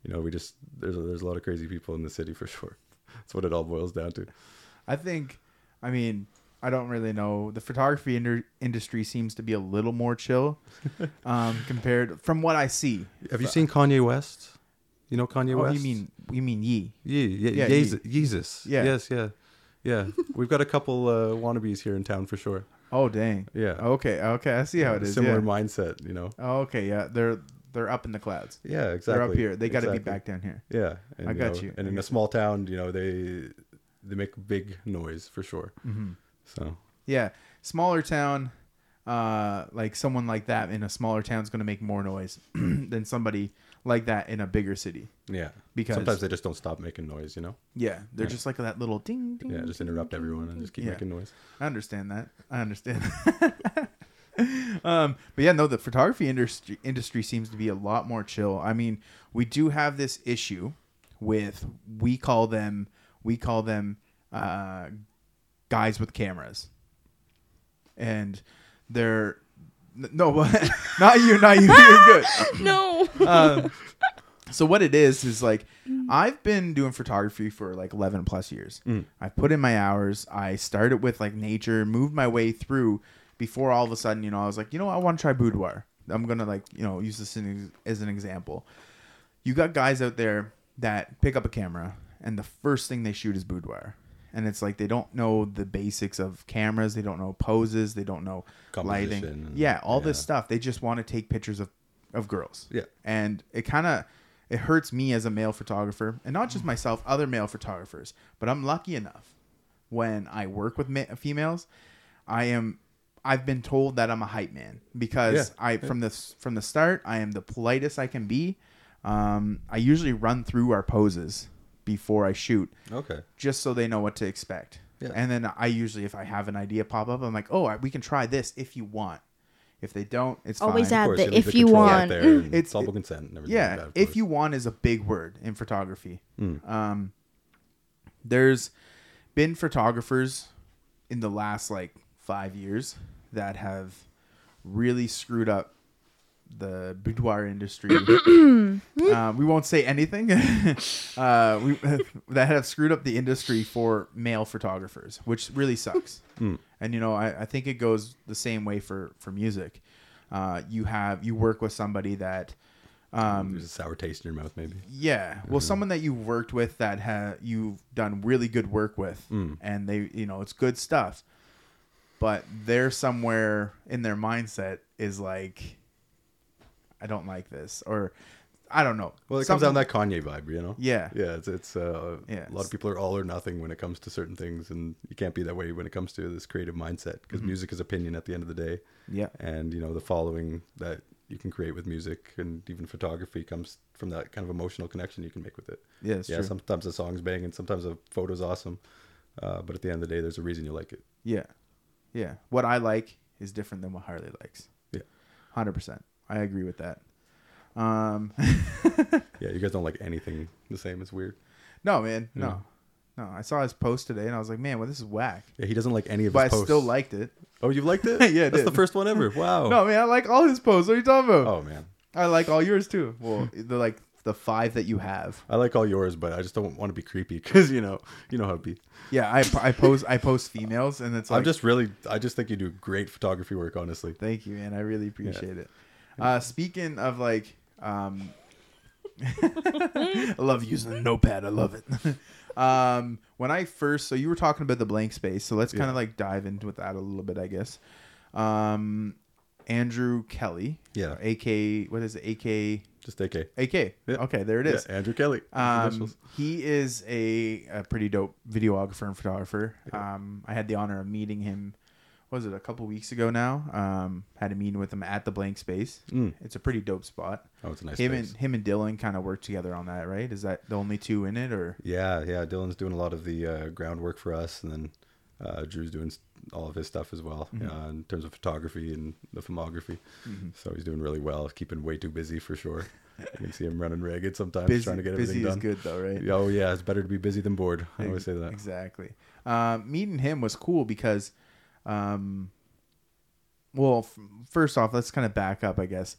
Speaker 2: you know we just there's a, there's a lot of crazy people in the city for sure that's what it all boils down to
Speaker 1: I think, I mean, I don't really know. The photography inter- industry seems to be a little more chill um, compared from what I see.
Speaker 2: Have you seen Kanye West? You know Kanye
Speaker 1: Oh,
Speaker 2: West?
Speaker 1: you mean you mean ye?
Speaker 2: yeah, yeah,
Speaker 1: Yeah,
Speaker 2: yeah,
Speaker 1: Ye-
Speaker 2: Jesus.
Speaker 1: Yeah.
Speaker 2: Yes, yeah. Yeah. We've got a couple uh, wannabes here in town for sure.
Speaker 1: Oh dang.
Speaker 2: Yeah.
Speaker 1: Okay. Okay. I see how it is.
Speaker 2: Similar
Speaker 1: yeah.
Speaker 2: mindset, you know.
Speaker 1: Oh, okay. Yeah. They're they're up in the clouds.
Speaker 2: Yeah, exactly.
Speaker 1: They're up here. They got to
Speaker 2: exactly.
Speaker 1: be back down here.
Speaker 2: Yeah. And,
Speaker 1: I got
Speaker 2: know,
Speaker 1: you.
Speaker 2: And
Speaker 1: I
Speaker 2: in a
Speaker 1: got
Speaker 2: small town, you know, they they make big noise for sure.
Speaker 1: Mm-hmm.
Speaker 2: So
Speaker 1: Yeah, smaller town, uh, like someone like that in a smaller town is going to make more noise than somebody like that in a bigger city.
Speaker 2: yeah,
Speaker 1: Because-
Speaker 2: sometimes they just don't stop making noise. You know,
Speaker 1: Yeah, they're
Speaker 2: Yeah.
Speaker 1: just like that little ding. ding
Speaker 2: yeah, just
Speaker 1: ding,
Speaker 2: interrupt
Speaker 1: ding,
Speaker 2: everyone and
Speaker 1: ding.
Speaker 2: just keep
Speaker 1: Yeah.
Speaker 2: making noise.
Speaker 1: I understand that. I understand. that. um, but yeah, no, the photography industry industry seems to be a lot more chill. I mean, we do have this issue with we call them we call them uh, guys with cameras, and they're n- no, not you, not you. You're good
Speaker 3: no.
Speaker 1: um, so what it is is like I've been doing photography for like 11 plus years.
Speaker 2: Mm.
Speaker 1: I put in my hours. I started with like nature, moved my way through before all of a sudden, you know, I was like, you know, what? I want to try boudoir. I'm going to like, you know, use this in, as an example. You got guys out there that pick up a camera and the first thing they shoot is boudoir. And it's like they don't know the basics of cameras, they don't know poses, they don't know lighting.
Speaker 2: Composition.
Speaker 1: Yeah, all this
Speaker 2: Yeah.
Speaker 1: stuff. They just want to take pictures of of girls
Speaker 2: Yeah.
Speaker 1: and it kind of it hurts me as a male photographer and not just myself other male photographers but i'm lucky enough when i work with ma- females i am i've been told that i'm a hype man because
Speaker 2: Yeah.
Speaker 1: i from the s- from the start i am the politest i can be um, i usually run through our poses before i shoot
Speaker 2: Okay.
Speaker 1: just so they know what to expect.
Speaker 2: Yeah.
Speaker 1: And then I usually, if I have an idea pop up, I'm like, oh, I- we can try this if you want. If they don't, it's
Speaker 3: Always
Speaker 1: fine.
Speaker 3: add
Speaker 2: course,
Speaker 3: the
Speaker 2: leave
Speaker 3: if you
Speaker 2: control out
Speaker 3: want.
Speaker 2: there and
Speaker 1: It's-
Speaker 2: it's all about consent. And everything
Speaker 1: Yeah,
Speaker 2: like that, of
Speaker 1: if
Speaker 2: course.
Speaker 1: you want is a big word in photography.
Speaker 2: Mm.
Speaker 1: Um, there's been photographers in the last like five years that have really screwed up the boudoir industry. uh, we won't say anything. uh, we that have screwed up the industry for male photographers, which really sucks. And you know, I, I think it goes the same way for for music. Uh, you have you work with somebody that um,
Speaker 2: there's a sour taste in your mouth, maybe.
Speaker 1: yeah. Well,
Speaker 2: Mm-hmm.
Speaker 1: someone that you've worked with that ha- you've done really good work with,
Speaker 2: Mm.
Speaker 1: and they, you know, it's good stuff. But they're somewhere in their mindset is like, I don't like this, or I don't know.
Speaker 2: Well, it
Speaker 1: Something-
Speaker 2: comes down to that Kanye vibe, you know.
Speaker 1: Yeah.
Speaker 2: yeah. It's it's uh,
Speaker 1: Yeah.
Speaker 2: a lot of people are all or nothing when it comes to certain things, and you can't be that way when it comes to this creative mindset because
Speaker 1: Mm-hmm.
Speaker 2: music is opinion at the end of the day.
Speaker 1: Yeah.
Speaker 2: and you know the following that you can create with music and even photography comes from that kind of emotional connection you can make with it.
Speaker 1: Yeah, it's
Speaker 2: yeah.
Speaker 1: true.
Speaker 2: Sometimes the song's banging, sometimes the photo's awesome, uh, but at the end of the day, there's a reason you like it.
Speaker 1: Yeah. Yeah. What I like is different than what Harley likes.
Speaker 2: Yeah.
Speaker 1: Hundred percent. I agree with that. Um,
Speaker 2: Yeah, you guys don't like anything the same. It's weird.
Speaker 1: no, man, no, no. I saw his post today, and I was like, man, well, this is whack.
Speaker 2: Yeah, he doesn't like any of
Speaker 1: But I
Speaker 2: his posts.
Speaker 1: still liked it.
Speaker 2: Oh, you liked it?
Speaker 1: Yeah, I
Speaker 2: that's the
Speaker 1: did.
Speaker 2: first one ever. Wow.
Speaker 1: No, man, I like all his posts. What are you talking about?
Speaker 2: Oh man,
Speaker 1: I like all yours too. Well, the like the five that you have.
Speaker 2: I like all yours, but I just don't want to be creepy because you know, you know how it be.
Speaker 1: Yeah, I I post I post females, and it's like
Speaker 2: I'm just really, I just think you do great photography work, honestly.
Speaker 1: thank you, man. I really appreciate it. Uh, speaking of like, um, I love using a notepad. I love it. um, when I first, so you were talking about the blank space, so let's kind of like dive into that a little bit, I guess. Um, Andrew Kelly,
Speaker 2: Yeah.
Speaker 1: AK, what is it? AK,
Speaker 2: Just AK.
Speaker 1: AK.
Speaker 2: Yeah.
Speaker 1: Okay, there it
Speaker 2: Yeah,
Speaker 1: is.
Speaker 2: Andrew Kelly.
Speaker 1: Um,
Speaker 2: Initials.
Speaker 1: he is a, a pretty dope videographer and photographer. Um, I had the honor of meeting him. what Was it a couple weeks ago now? Um, had a meeting with him at the Blank Space.
Speaker 2: Mm.
Speaker 1: It's a pretty dope spot.
Speaker 2: Oh, it's a nice
Speaker 1: him
Speaker 2: space.
Speaker 1: and him and Dylan kind of work together on that, right? Is that the only two in it, or
Speaker 2: Yeah, yeah. Dylan's doing a lot of the uh, groundwork for us, and then uh, Drew's doing s- all of his stuff as well
Speaker 1: Mm-hmm.
Speaker 2: uh, in terms of photography and the filmography. So he's doing really well, keeping way too busy for sure. you can see him running ragged sometimes,
Speaker 1: busy?
Speaker 2: trying to get
Speaker 1: busy is
Speaker 2: everything done.
Speaker 1: good though, right?
Speaker 2: Oh yeah, it's better to be busy than bored. I always say that.
Speaker 1: Exactly. Um, meeting him was cool because, um, well, f- first off, let's kind of back up, I guess.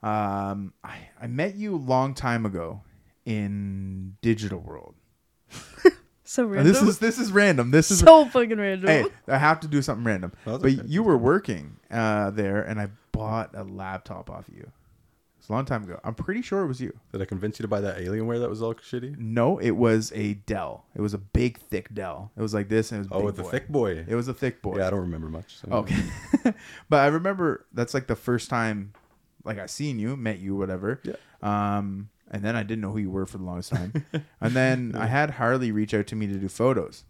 Speaker 1: Um, I, I met you a long time ago in digital world.
Speaker 3: so
Speaker 1: And
Speaker 3: random.
Speaker 1: This is this is random. This is
Speaker 3: so fucking random.
Speaker 1: hey, I have to do something random.
Speaker 2: No, that's
Speaker 1: but
Speaker 2: okay.
Speaker 1: you were working uh, there, and I bought a laptop off you. It's a long time ago. I'm pretty sure it was you.
Speaker 2: Did I convince you to buy that Alienware that was all shitty?
Speaker 1: No, it was a Dell. It was a big, thick Dell. It was like this, and it was
Speaker 2: Oh,
Speaker 1: big
Speaker 2: with the
Speaker 1: boy.
Speaker 2: thick boy.
Speaker 1: It was a thick boy.
Speaker 2: Yeah, I don't remember much. so-
Speaker 1: Okay. but I remember that's like the first time like I seen you, met you, whatever.
Speaker 2: Yeah.
Speaker 1: Um and then I didn't know who you were for the longest time. and then I had Harley reach out to me to do photos.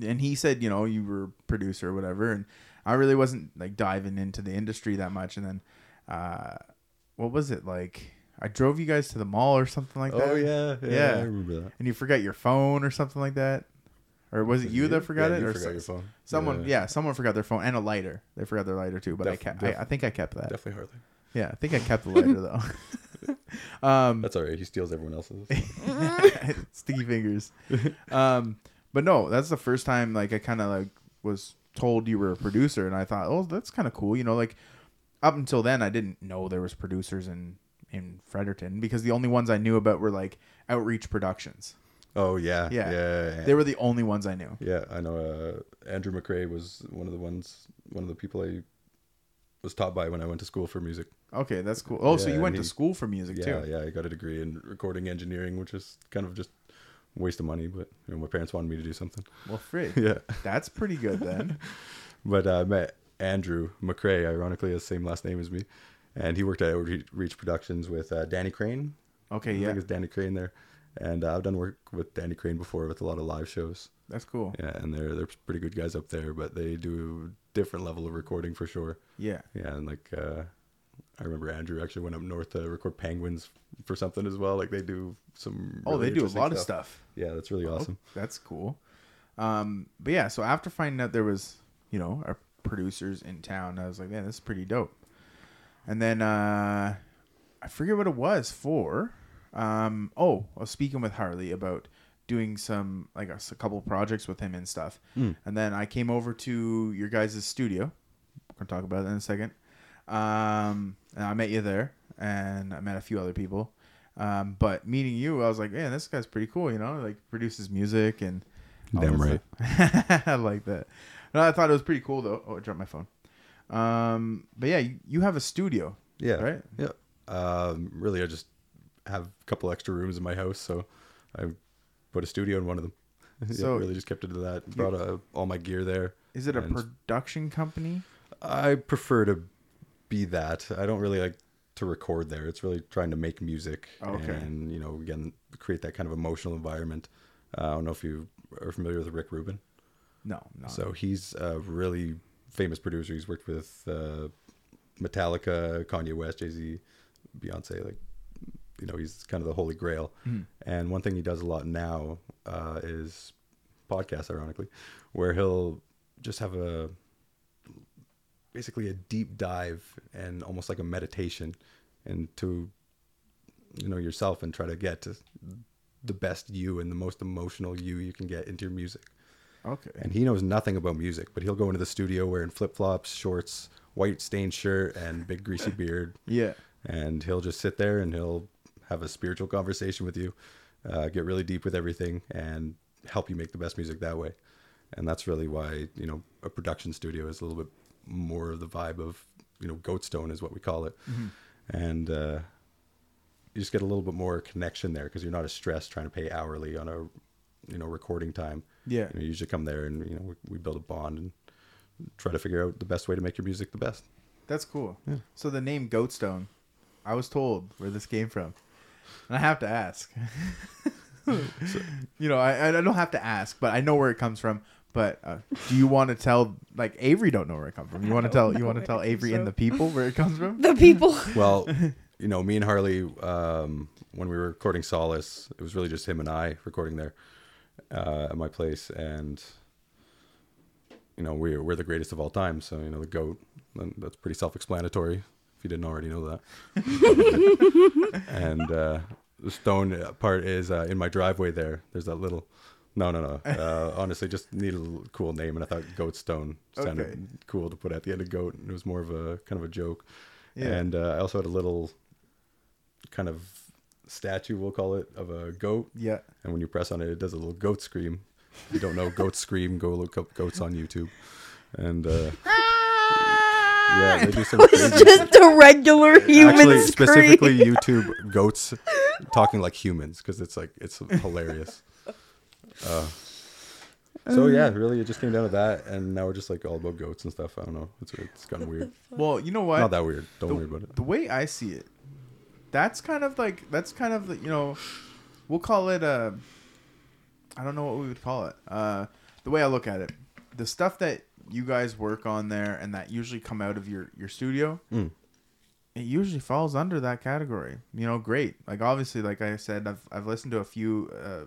Speaker 1: and he said, you know, you were a producer or whatever, and I really wasn't like diving into the industry that much. And then, uh, what was it like? I drove you guys to the mall or something like that.
Speaker 2: Oh yeah, yeah,
Speaker 1: Yeah.
Speaker 2: I remember that.
Speaker 1: And you forgot your phone or something like that, or was it you that forgot
Speaker 2: Yeah,
Speaker 1: it,
Speaker 2: you
Speaker 1: or
Speaker 2: forgot
Speaker 1: so-
Speaker 2: your phone.
Speaker 1: someone? Yeah. someone forgot their phone and a lighter. They forgot their lighter too. But I
Speaker 2: Def-
Speaker 1: kept.
Speaker 2: def-
Speaker 1: I, I think I kept that.
Speaker 2: definitely Harley.
Speaker 1: Yeah, I think I kept the lighter though. um,
Speaker 2: That's all right. He steals everyone else's.
Speaker 1: sticky fingers. Um, but no, that's the first time like I kind of like was told you were a producer, and I thought, oh, that's kind of cool. You know, like up until then, I didn't know there was producers in in Fredericton because the only ones I knew about were like Outreach Productions.
Speaker 2: oh yeah,
Speaker 1: Yeah.
Speaker 2: yeah, yeah.
Speaker 1: They were the only ones I knew.
Speaker 2: Yeah, I know. Uh, Andrew McRae was one of the ones, one of the people I was taught by when I went to school for music.
Speaker 1: Okay, that's cool. Oh, so
Speaker 2: Yeah,
Speaker 1: you went
Speaker 2: and
Speaker 1: to
Speaker 2: he-
Speaker 1: school for music
Speaker 2: Yeah,
Speaker 1: too?
Speaker 2: yeah. I got a degree in recording engineering, which is kind of just a waste of money, but you know, my parents wanted me to do something.
Speaker 1: Well, frig,
Speaker 2: Yeah,
Speaker 1: that's pretty good then.
Speaker 2: but uh, I met Andrew McRae, ironically, has the same last name as me, and he worked at Outreach Productions with uh, Danny Crane.
Speaker 1: Okay,
Speaker 2: I
Speaker 1: yeah,
Speaker 2: think it's Danny Crane there, and uh, I've done work with Danny Crane before with a lot of live shows.
Speaker 1: that's cool.
Speaker 2: Yeah, and they're they're pretty good guys up there, but they do a different level of recording for sure.
Speaker 1: Yeah.
Speaker 2: Yeah, and like uh, I remember Andrew actually went up north to record penguins for something as well. Like they do some.
Speaker 1: Oh,
Speaker 2: really
Speaker 1: they do a
Speaker 2: interesting
Speaker 1: lot of stuff.
Speaker 2: Yeah, that's really awesome.
Speaker 1: Oh, that's cool. Um, but yeah, so after finding out there was, you know, our producers in town, I was like, man, this is pretty dope. And then uh, I forget what it was for. Um, oh, I was speaking with Harley about doing some like a, s- a couple projects with him and stuff. And then I came over to your guys' studio. We're gonna talk about that in a second. Um, and I met you there, and I met a few other people. Um, but meeting you, I was like, man, this guy's pretty cool. You know, like produces music and all
Speaker 2: Damn
Speaker 1: that stuff. I like that. No, I thought it was pretty cool though. Oh, I dropped my phone. Um, but yeah, you, you have a studio.
Speaker 2: Yeah.
Speaker 1: Right?
Speaker 2: Yeah. Um, really, I just have a couple extra rooms in my house, so I put a studio in one of them.
Speaker 1: So-
Speaker 2: yeah, really just kept it to that. Brought uh, all my gear there.
Speaker 1: Is it a
Speaker 2: and-
Speaker 1: production company?
Speaker 2: I prefer to be that. I don't really like to record there. It's really trying to make music
Speaker 1: Okay.
Speaker 2: and you know again create that kind of emotional environment. Uh, I don't know if you are familiar with Rick Rubin.
Speaker 1: No, no.
Speaker 2: So he's a really famous producer. He's worked with uh, Metallica, Kanye West, Jay Z, Beyonce. Like, you know, he's kind of the holy grail. And one thing he does a lot now uh, is podcasts, ironically, where he'll just have a basically a deep dive and almost like a meditation into you know yourself and try to get to the best you and the most emotional you you can get into your music
Speaker 1: okay.
Speaker 2: and he knows nothing about music, but he'll go into the studio wearing flip flops, shorts, white stained shirt, and big greasy beard,
Speaker 1: yeah.
Speaker 2: and he'll just sit there and he'll have a spiritual conversation with you, uh, get really deep with everything, and help you make the best music that way. And that's really why you know a production studio is a little bit more of the vibe of you know Goatstone is what we call it, and uh, you just get a little bit more connection there because you're not as stressed trying to pay hourly on a you know recording time.
Speaker 1: Yeah.
Speaker 2: You, know, you usually come there and you know we, we build a bond and try to figure out the best way to make your music the best.
Speaker 1: That's cool. So the name Goatstone, I was told where this came from, and I have to ask. you know, I, I don't have to ask, but I know where it comes from. But uh, do you want to tell like Avery don't know where it comes from? You want to tell you want to
Speaker 3: where
Speaker 1: tell
Speaker 3: it comes
Speaker 1: Avery
Speaker 3: from.
Speaker 1: and the people where it comes from?
Speaker 3: The people.
Speaker 2: Well, you know, me and Harley, um, when we were recording Solace, it was really just him and I recording there uh, at my place, and you know, we're we're the greatest of all time, so you know, the goat. and That's pretty self-explanatory. If you didn't already know that. and uh, the stone part is uh, in my driveway. There, there's that little. No, no, no. Uh, honestly, just needed a little cool name, and I thought Goat Stone sounded
Speaker 1: Okay.
Speaker 2: cool to put at the end of Goat, and it was more of a kind of a joke.
Speaker 1: Yeah.
Speaker 2: And uh, I also had a little kind of statue, we'll call it, of a goat.
Speaker 1: Yeah.
Speaker 2: And when you press on it, it does a little goat scream. If you don't know goat scream, go look up goats on YouTube. And uh, yeah, they do some
Speaker 3: It's
Speaker 2: crazy.
Speaker 3: just a regular human
Speaker 2: Actually,
Speaker 3: scream.
Speaker 2: specifically YouTube goats talking like humans because it's like it's hilarious. Uh, so yeah, really, it just came down to that, and now we're just like all about goats and stuff. I don't know, it's it's kind of weird.
Speaker 1: Well, you know what?
Speaker 2: Not that weird. Don't
Speaker 1: the,
Speaker 2: worry about it.
Speaker 1: the way I see it, that's kind of like that's kind of you know, we'll call it a. I don't know what we would call it. Uh, the way I look at it, the stuff that you guys work on there and that usually come out of your your studio,
Speaker 2: Mm.
Speaker 1: it usually falls under that category. You know, great. Like obviously, like I said, I've I've listened to a few. Uh,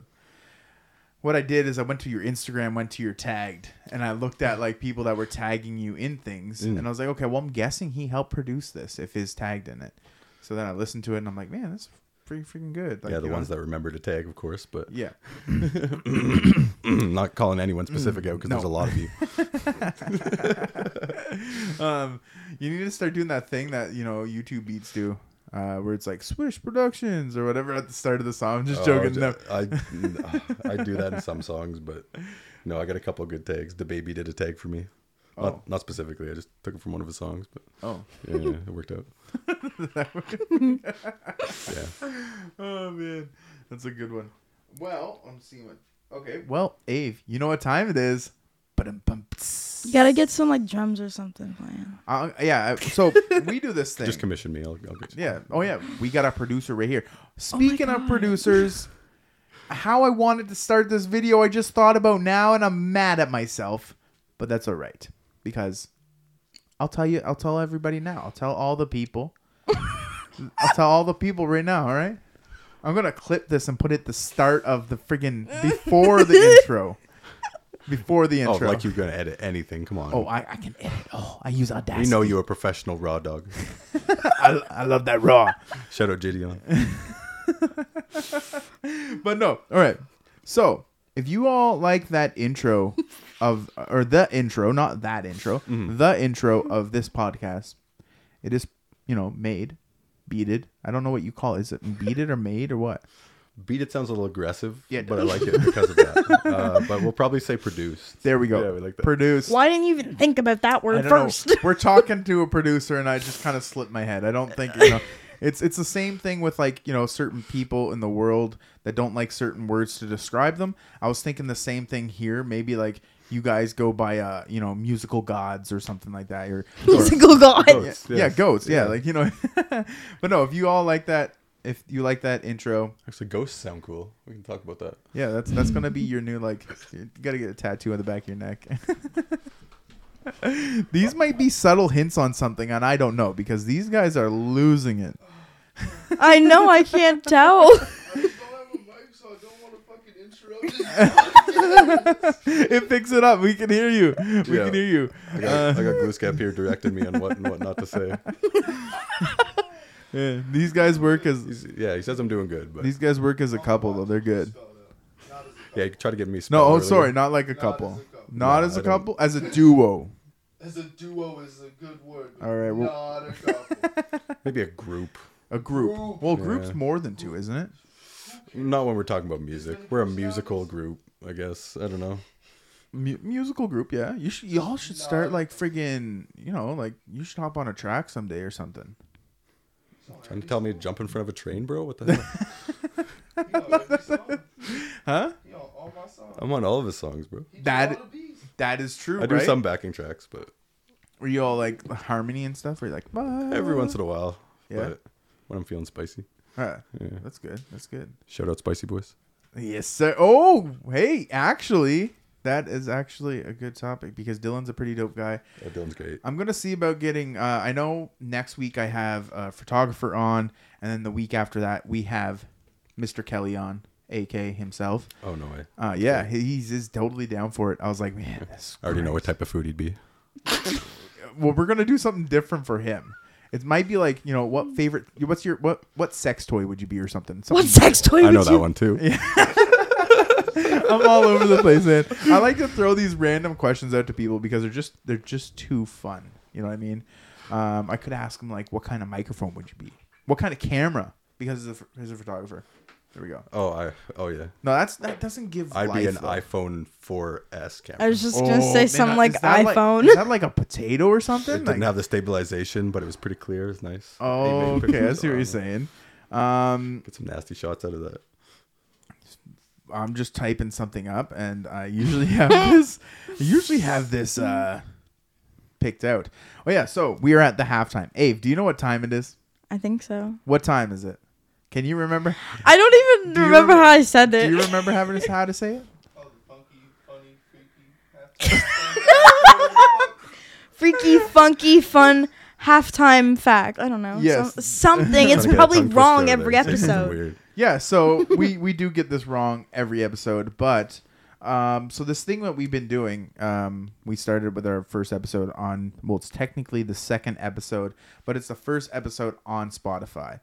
Speaker 1: what I did is I went to your Instagram, went to your tagged, and I looked at like people that were tagging you in things,
Speaker 2: Mm.
Speaker 1: and I was like, okay, well, I'm guessing he helped produce this if his tagged in it. So then I listened to it, and I'm like, man, that's pretty freaking good. Like,
Speaker 2: yeah, the
Speaker 1: you know?
Speaker 2: ones that remember to tag, of course, but
Speaker 1: Yeah.
Speaker 2: not calling anyone specific out because
Speaker 1: no.
Speaker 2: there's a lot of you.
Speaker 1: um, you need to start doing that thing that you know YouTube beats do, uh, where it's like Swish Productions or whatever at the start of the song. I'm just joking.
Speaker 2: Oh,
Speaker 1: No.
Speaker 2: I, I do that in some songs, but no, I got a couple of good tags. The baby did a tag for me.
Speaker 1: Oh.
Speaker 2: Not, not specifically. I just took it from one of his songs, but
Speaker 1: Oh.
Speaker 2: yeah, yeah, it worked out. yeah.
Speaker 1: oh man, that's a good one. Well, I'm seeing what. Okay. Well, Ave, you know what time it is. Ba-dum-bum-ts.
Speaker 3: You gotta get some like drums or something playing.
Speaker 1: Uh, yeah. I- So we do this thing.
Speaker 2: Just commission me. I'll, I'll get you.
Speaker 1: Yeah. Oh yeah. We got our producer right here. Speaking of
Speaker 3: God.
Speaker 1: producers, how I wanted to start this video, I just thought about now, and I'm mad at myself. But that's all right because I'll tell you. I'll tell everybody now. I'll tell all the people. I'll tell all the people right now. All right. I'm gonna clip this and put it at the start of the friggin' before the intro. Before the
Speaker 2: Oh,
Speaker 1: intro.
Speaker 2: like you're going to edit anything. Come on.
Speaker 1: Oh, I, I can edit. Oh, I use Audacity.
Speaker 2: we know you're a professional raw dog.
Speaker 1: I, I love that raw.
Speaker 2: Shout out Gideon.
Speaker 1: But no, all right. So if you all like that intro of or the intro, not that intro,
Speaker 2: Mm-hmm.
Speaker 1: the intro of this podcast, it is you know made, beaded. I don't know what you call it. Is it beaded or made or what?
Speaker 2: Beat It sounds a little aggressive,
Speaker 1: Yeah, it
Speaker 2: but I
Speaker 1: does.
Speaker 2: like it because of that. Uh, but we'll probably say produced.
Speaker 1: There we go.
Speaker 2: Yeah, we like that.
Speaker 1: Produced.
Speaker 3: Why didn't you even think about that
Speaker 1: I
Speaker 3: word
Speaker 1: don't know.
Speaker 3: first?
Speaker 1: We're talking to a producer, and I just kind of slipped my head. I don't think you know. It's it's the same thing with like you know certain people in the world that don't like certain words to describe them. I was thinking the same thing here. Maybe like you guys go by uh you know musical gods or something like that. Or, or-
Speaker 3: Musical god.
Speaker 2: Goats,
Speaker 1: yeah,
Speaker 2: yes.
Speaker 1: goats. Yeah,
Speaker 2: Yeah.
Speaker 1: like you know. but no, if you all like that, if you like that intro,
Speaker 2: Actually, ghosts sound cool. We can talk about that.
Speaker 1: yeah, that's that's gonna be your new like. You gotta get a tattoo on the back of your neck. these might be subtle hints on something, and I don't know because these guys are losing it.
Speaker 3: I know. I can't tell.
Speaker 1: it picks it up. We can hear you. We
Speaker 2: Yeah.
Speaker 1: can hear you. Uh,
Speaker 2: I got, I got Glooskap here directing me on what and what not to say.
Speaker 1: Yeah, these guys work as
Speaker 2: He's, yeah, he says I'm doing good, but
Speaker 1: these guys work as a couple though. They're good.
Speaker 2: Oh, yeah, he tried to get me.
Speaker 1: No,
Speaker 2: spelled
Speaker 1: oh
Speaker 2: earlier.
Speaker 1: sorry, not like a
Speaker 4: as a
Speaker 1: couple.
Speaker 4: couple.
Speaker 1: Not
Speaker 2: No,
Speaker 1: as a
Speaker 2: I don't-
Speaker 1: couple, as a duo.
Speaker 4: As a duo is a good word. but
Speaker 1: All right, well-
Speaker 4: Not a couple.
Speaker 2: Maybe a group.
Speaker 1: A group.
Speaker 4: Group.
Speaker 1: Well, group's
Speaker 2: Yeah.
Speaker 1: more than two, isn't it?
Speaker 2: Not when we're talking about music. We're a musical group, I guess. I don't know.
Speaker 1: Mu- musical group, yeah. You should, y'all should start like friggin', you know, like you should hop on a track someday or something.
Speaker 2: Trying to tell me to jump in front of a train, bro? What the hell?
Speaker 4: He on every song.
Speaker 1: Huh?
Speaker 4: He on all my songs.
Speaker 2: I'm on all of his songs, bro.
Speaker 4: He do
Speaker 1: That-
Speaker 4: all the beats.
Speaker 1: That is true,
Speaker 2: I do
Speaker 1: right?
Speaker 2: some backing tracks, but
Speaker 1: Were you all like harmony and stuff? Were you like bah.
Speaker 2: every once in a while.
Speaker 1: Yeah.
Speaker 2: But when I'm feeling spicy.
Speaker 1: Huh.
Speaker 2: Yeah.
Speaker 1: That's good. That's good.
Speaker 2: Shout out Spicy Boys.
Speaker 1: Yes, sir. Oh, hey, actually, that is actually a good topic because Dylan's a pretty dope guy.
Speaker 2: That Dylan's great.
Speaker 1: I'm gonna see about getting. Uh, I know next week I have a photographer on, and then the week after that we have Mr. Kelly on, AK himself.
Speaker 2: Oh no way.
Speaker 1: Uh, yeah, he- he's is totally down for it. I was like, man, this
Speaker 2: I already know what type of food he'd be.
Speaker 1: well, we're gonna do something different for him. It might be like you know what favorite, what's your what what sex toy would you be or something.
Speaker 3: What
Speaker 1: something
Speaker 3: sex toy
Speaker 2: I know
Speaker 3: would
Speaker 2: that
Speaker 3: you?
Speaker 2: one too.
Speaker 1: I'm all over the place, man. I like to throw these random questions out to people because they're just they're just too fun. You know what I mean? Um, I could ask him like, what kind of microphone would you be? What kind of camera? Because he's a, he's a photographer. There we go.
Speaker 2: Oh, I oh yeah.
Speaker 1: No, that's that doesn't give.
Speaker 2: I'd be
Speaker 1: life,
Speaker 2: an
Speaker 1: though.
Speaker 2: iPhone 4S camera.
Speaker 3: I was just
Speaker 1: Oh,
Speaker 3: gonna say
Speaker 1: man,
Speaker 3: something
Speaker 1: is
Speaker 3: like
Speaker 1: that
Speaker 3: iPhone.
Speaker 1: is that like a potato or something?
Speaker 2: It didn't
Speaker 1: Like-
Speaker 2: have the stabilization, but it was pretty clear. It's nice.
Speaker 1: oh,
Speaker 2: They made
Speaker 1: okay. I
Speaker 2: pictures.
Speaker 1: see what
Speaker 2: Um,
Speaker 1: you're saying. Um,
Speaker 2: Get some nasty shots out of that.
Speaker 1: I'm just typing something up, and I usually have this. I usually have this uh, picked out. Oh yeah, so we are at the halftime. Ave, do you know what time it is?
Speaker 3: I think so.
Speaker 1: What time is it? Can you remember?
Speaker 3: I don't even
Speaker 1: Do you
Speaker 3: remember
Speaker 1: remember-
Speaker 3: how I said
Speaker 1: Do
Speaker 3: it.
Speaker 1: you remember having us how to say it?
Speaker 4: All the funky, funny, freaky.
Speaker 3: Freaky, funky, fun halftime fact. I don't know.
Speaker 1: Yes.
Speaker 3: Some- something.
Speaker 2: Trying
Speaker 3: It's
Speaker 2: to get a
Speaker 3: probably
Speaker 2: tongue
Speaker 3: wrong
Speaker 2: twister
Speaker 3: every
Speaker 2: there. It's
Speaker 3: episode.
Speaker 2: weird.
Speaker 1: Yeah, so we we do get this wrong every episode, but um, so this thing that we've been doing, um, we started with our first episode on well, it's technically the second episode, but it's the first episode on Spotify.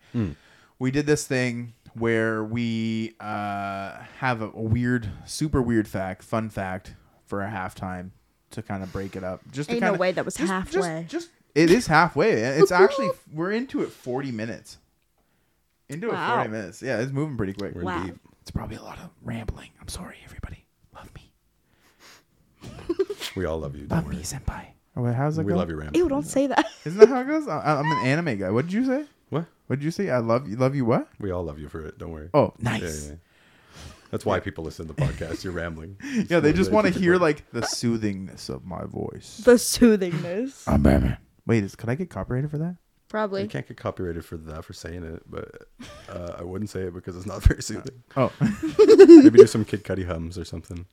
Speaker 1: We did this thing where we uh, have a, a weird, super weird fact, fun fact for a halftime to kind of break it up. Just to
Speaker 3: Ain't no
Speaker 1: kinda-
Speaker 3: way that was
Speaker 1: just- just-
Speaker 3: halfway.
Speaker 1: just it is halfway. It's actually we're into it forty minutes. Into it
Speaker 3: Wow.
Speaker 1: forty minutes. Yeah, it's moving pretty quick.
Speaker 2: We're
Speaker 3: Wow.
Speaker 2: deep.
Speaker 1: It's probably a lot of rambling. I'm sorry, everybody. Love me.
Speaker 2: We all love you. Don't
Speaker 1: Love
Speaker 2: worry.
Speaker 1: me, senpai. Oh, wait, how's it
Speaker 2: We
Speaker 1: go?
Speaker 2: love you, Ram.
Speaker 3: Ew, don't say that.
Speaker 1: Isn't that how it goes? I, I'm an anime guy. What did you say?
Speaker 2: What?
Speaker 1: What did you say? I love you. Love you. What?
Speaker 2: We all love you for it. Don't worry.
Speaker 1: Oh,
Speaker 2: Yeah,
Speaker 1: nice.
Speaker 2: yeah, yeah. That's why people listen to the podcast. You're rambling.
Speaker 1: Yeah, they just want to hear
Speaker 2: like.
Speaker 1: like the soothingness of my voice.
Speaker 3: The soothingness.
Speaker 1: I'm Batman. Wait, is could I get copyrighted for that?
Speaker 2: You
Speaker 3: Probably.
Speaker 2: can't get copyrighted for that for saying it, but uh, I wouldn't say it because it's not very soothing.
Speaker 1: Oh,
Speaker 2: Maybe do some Kid Cudi hums or something.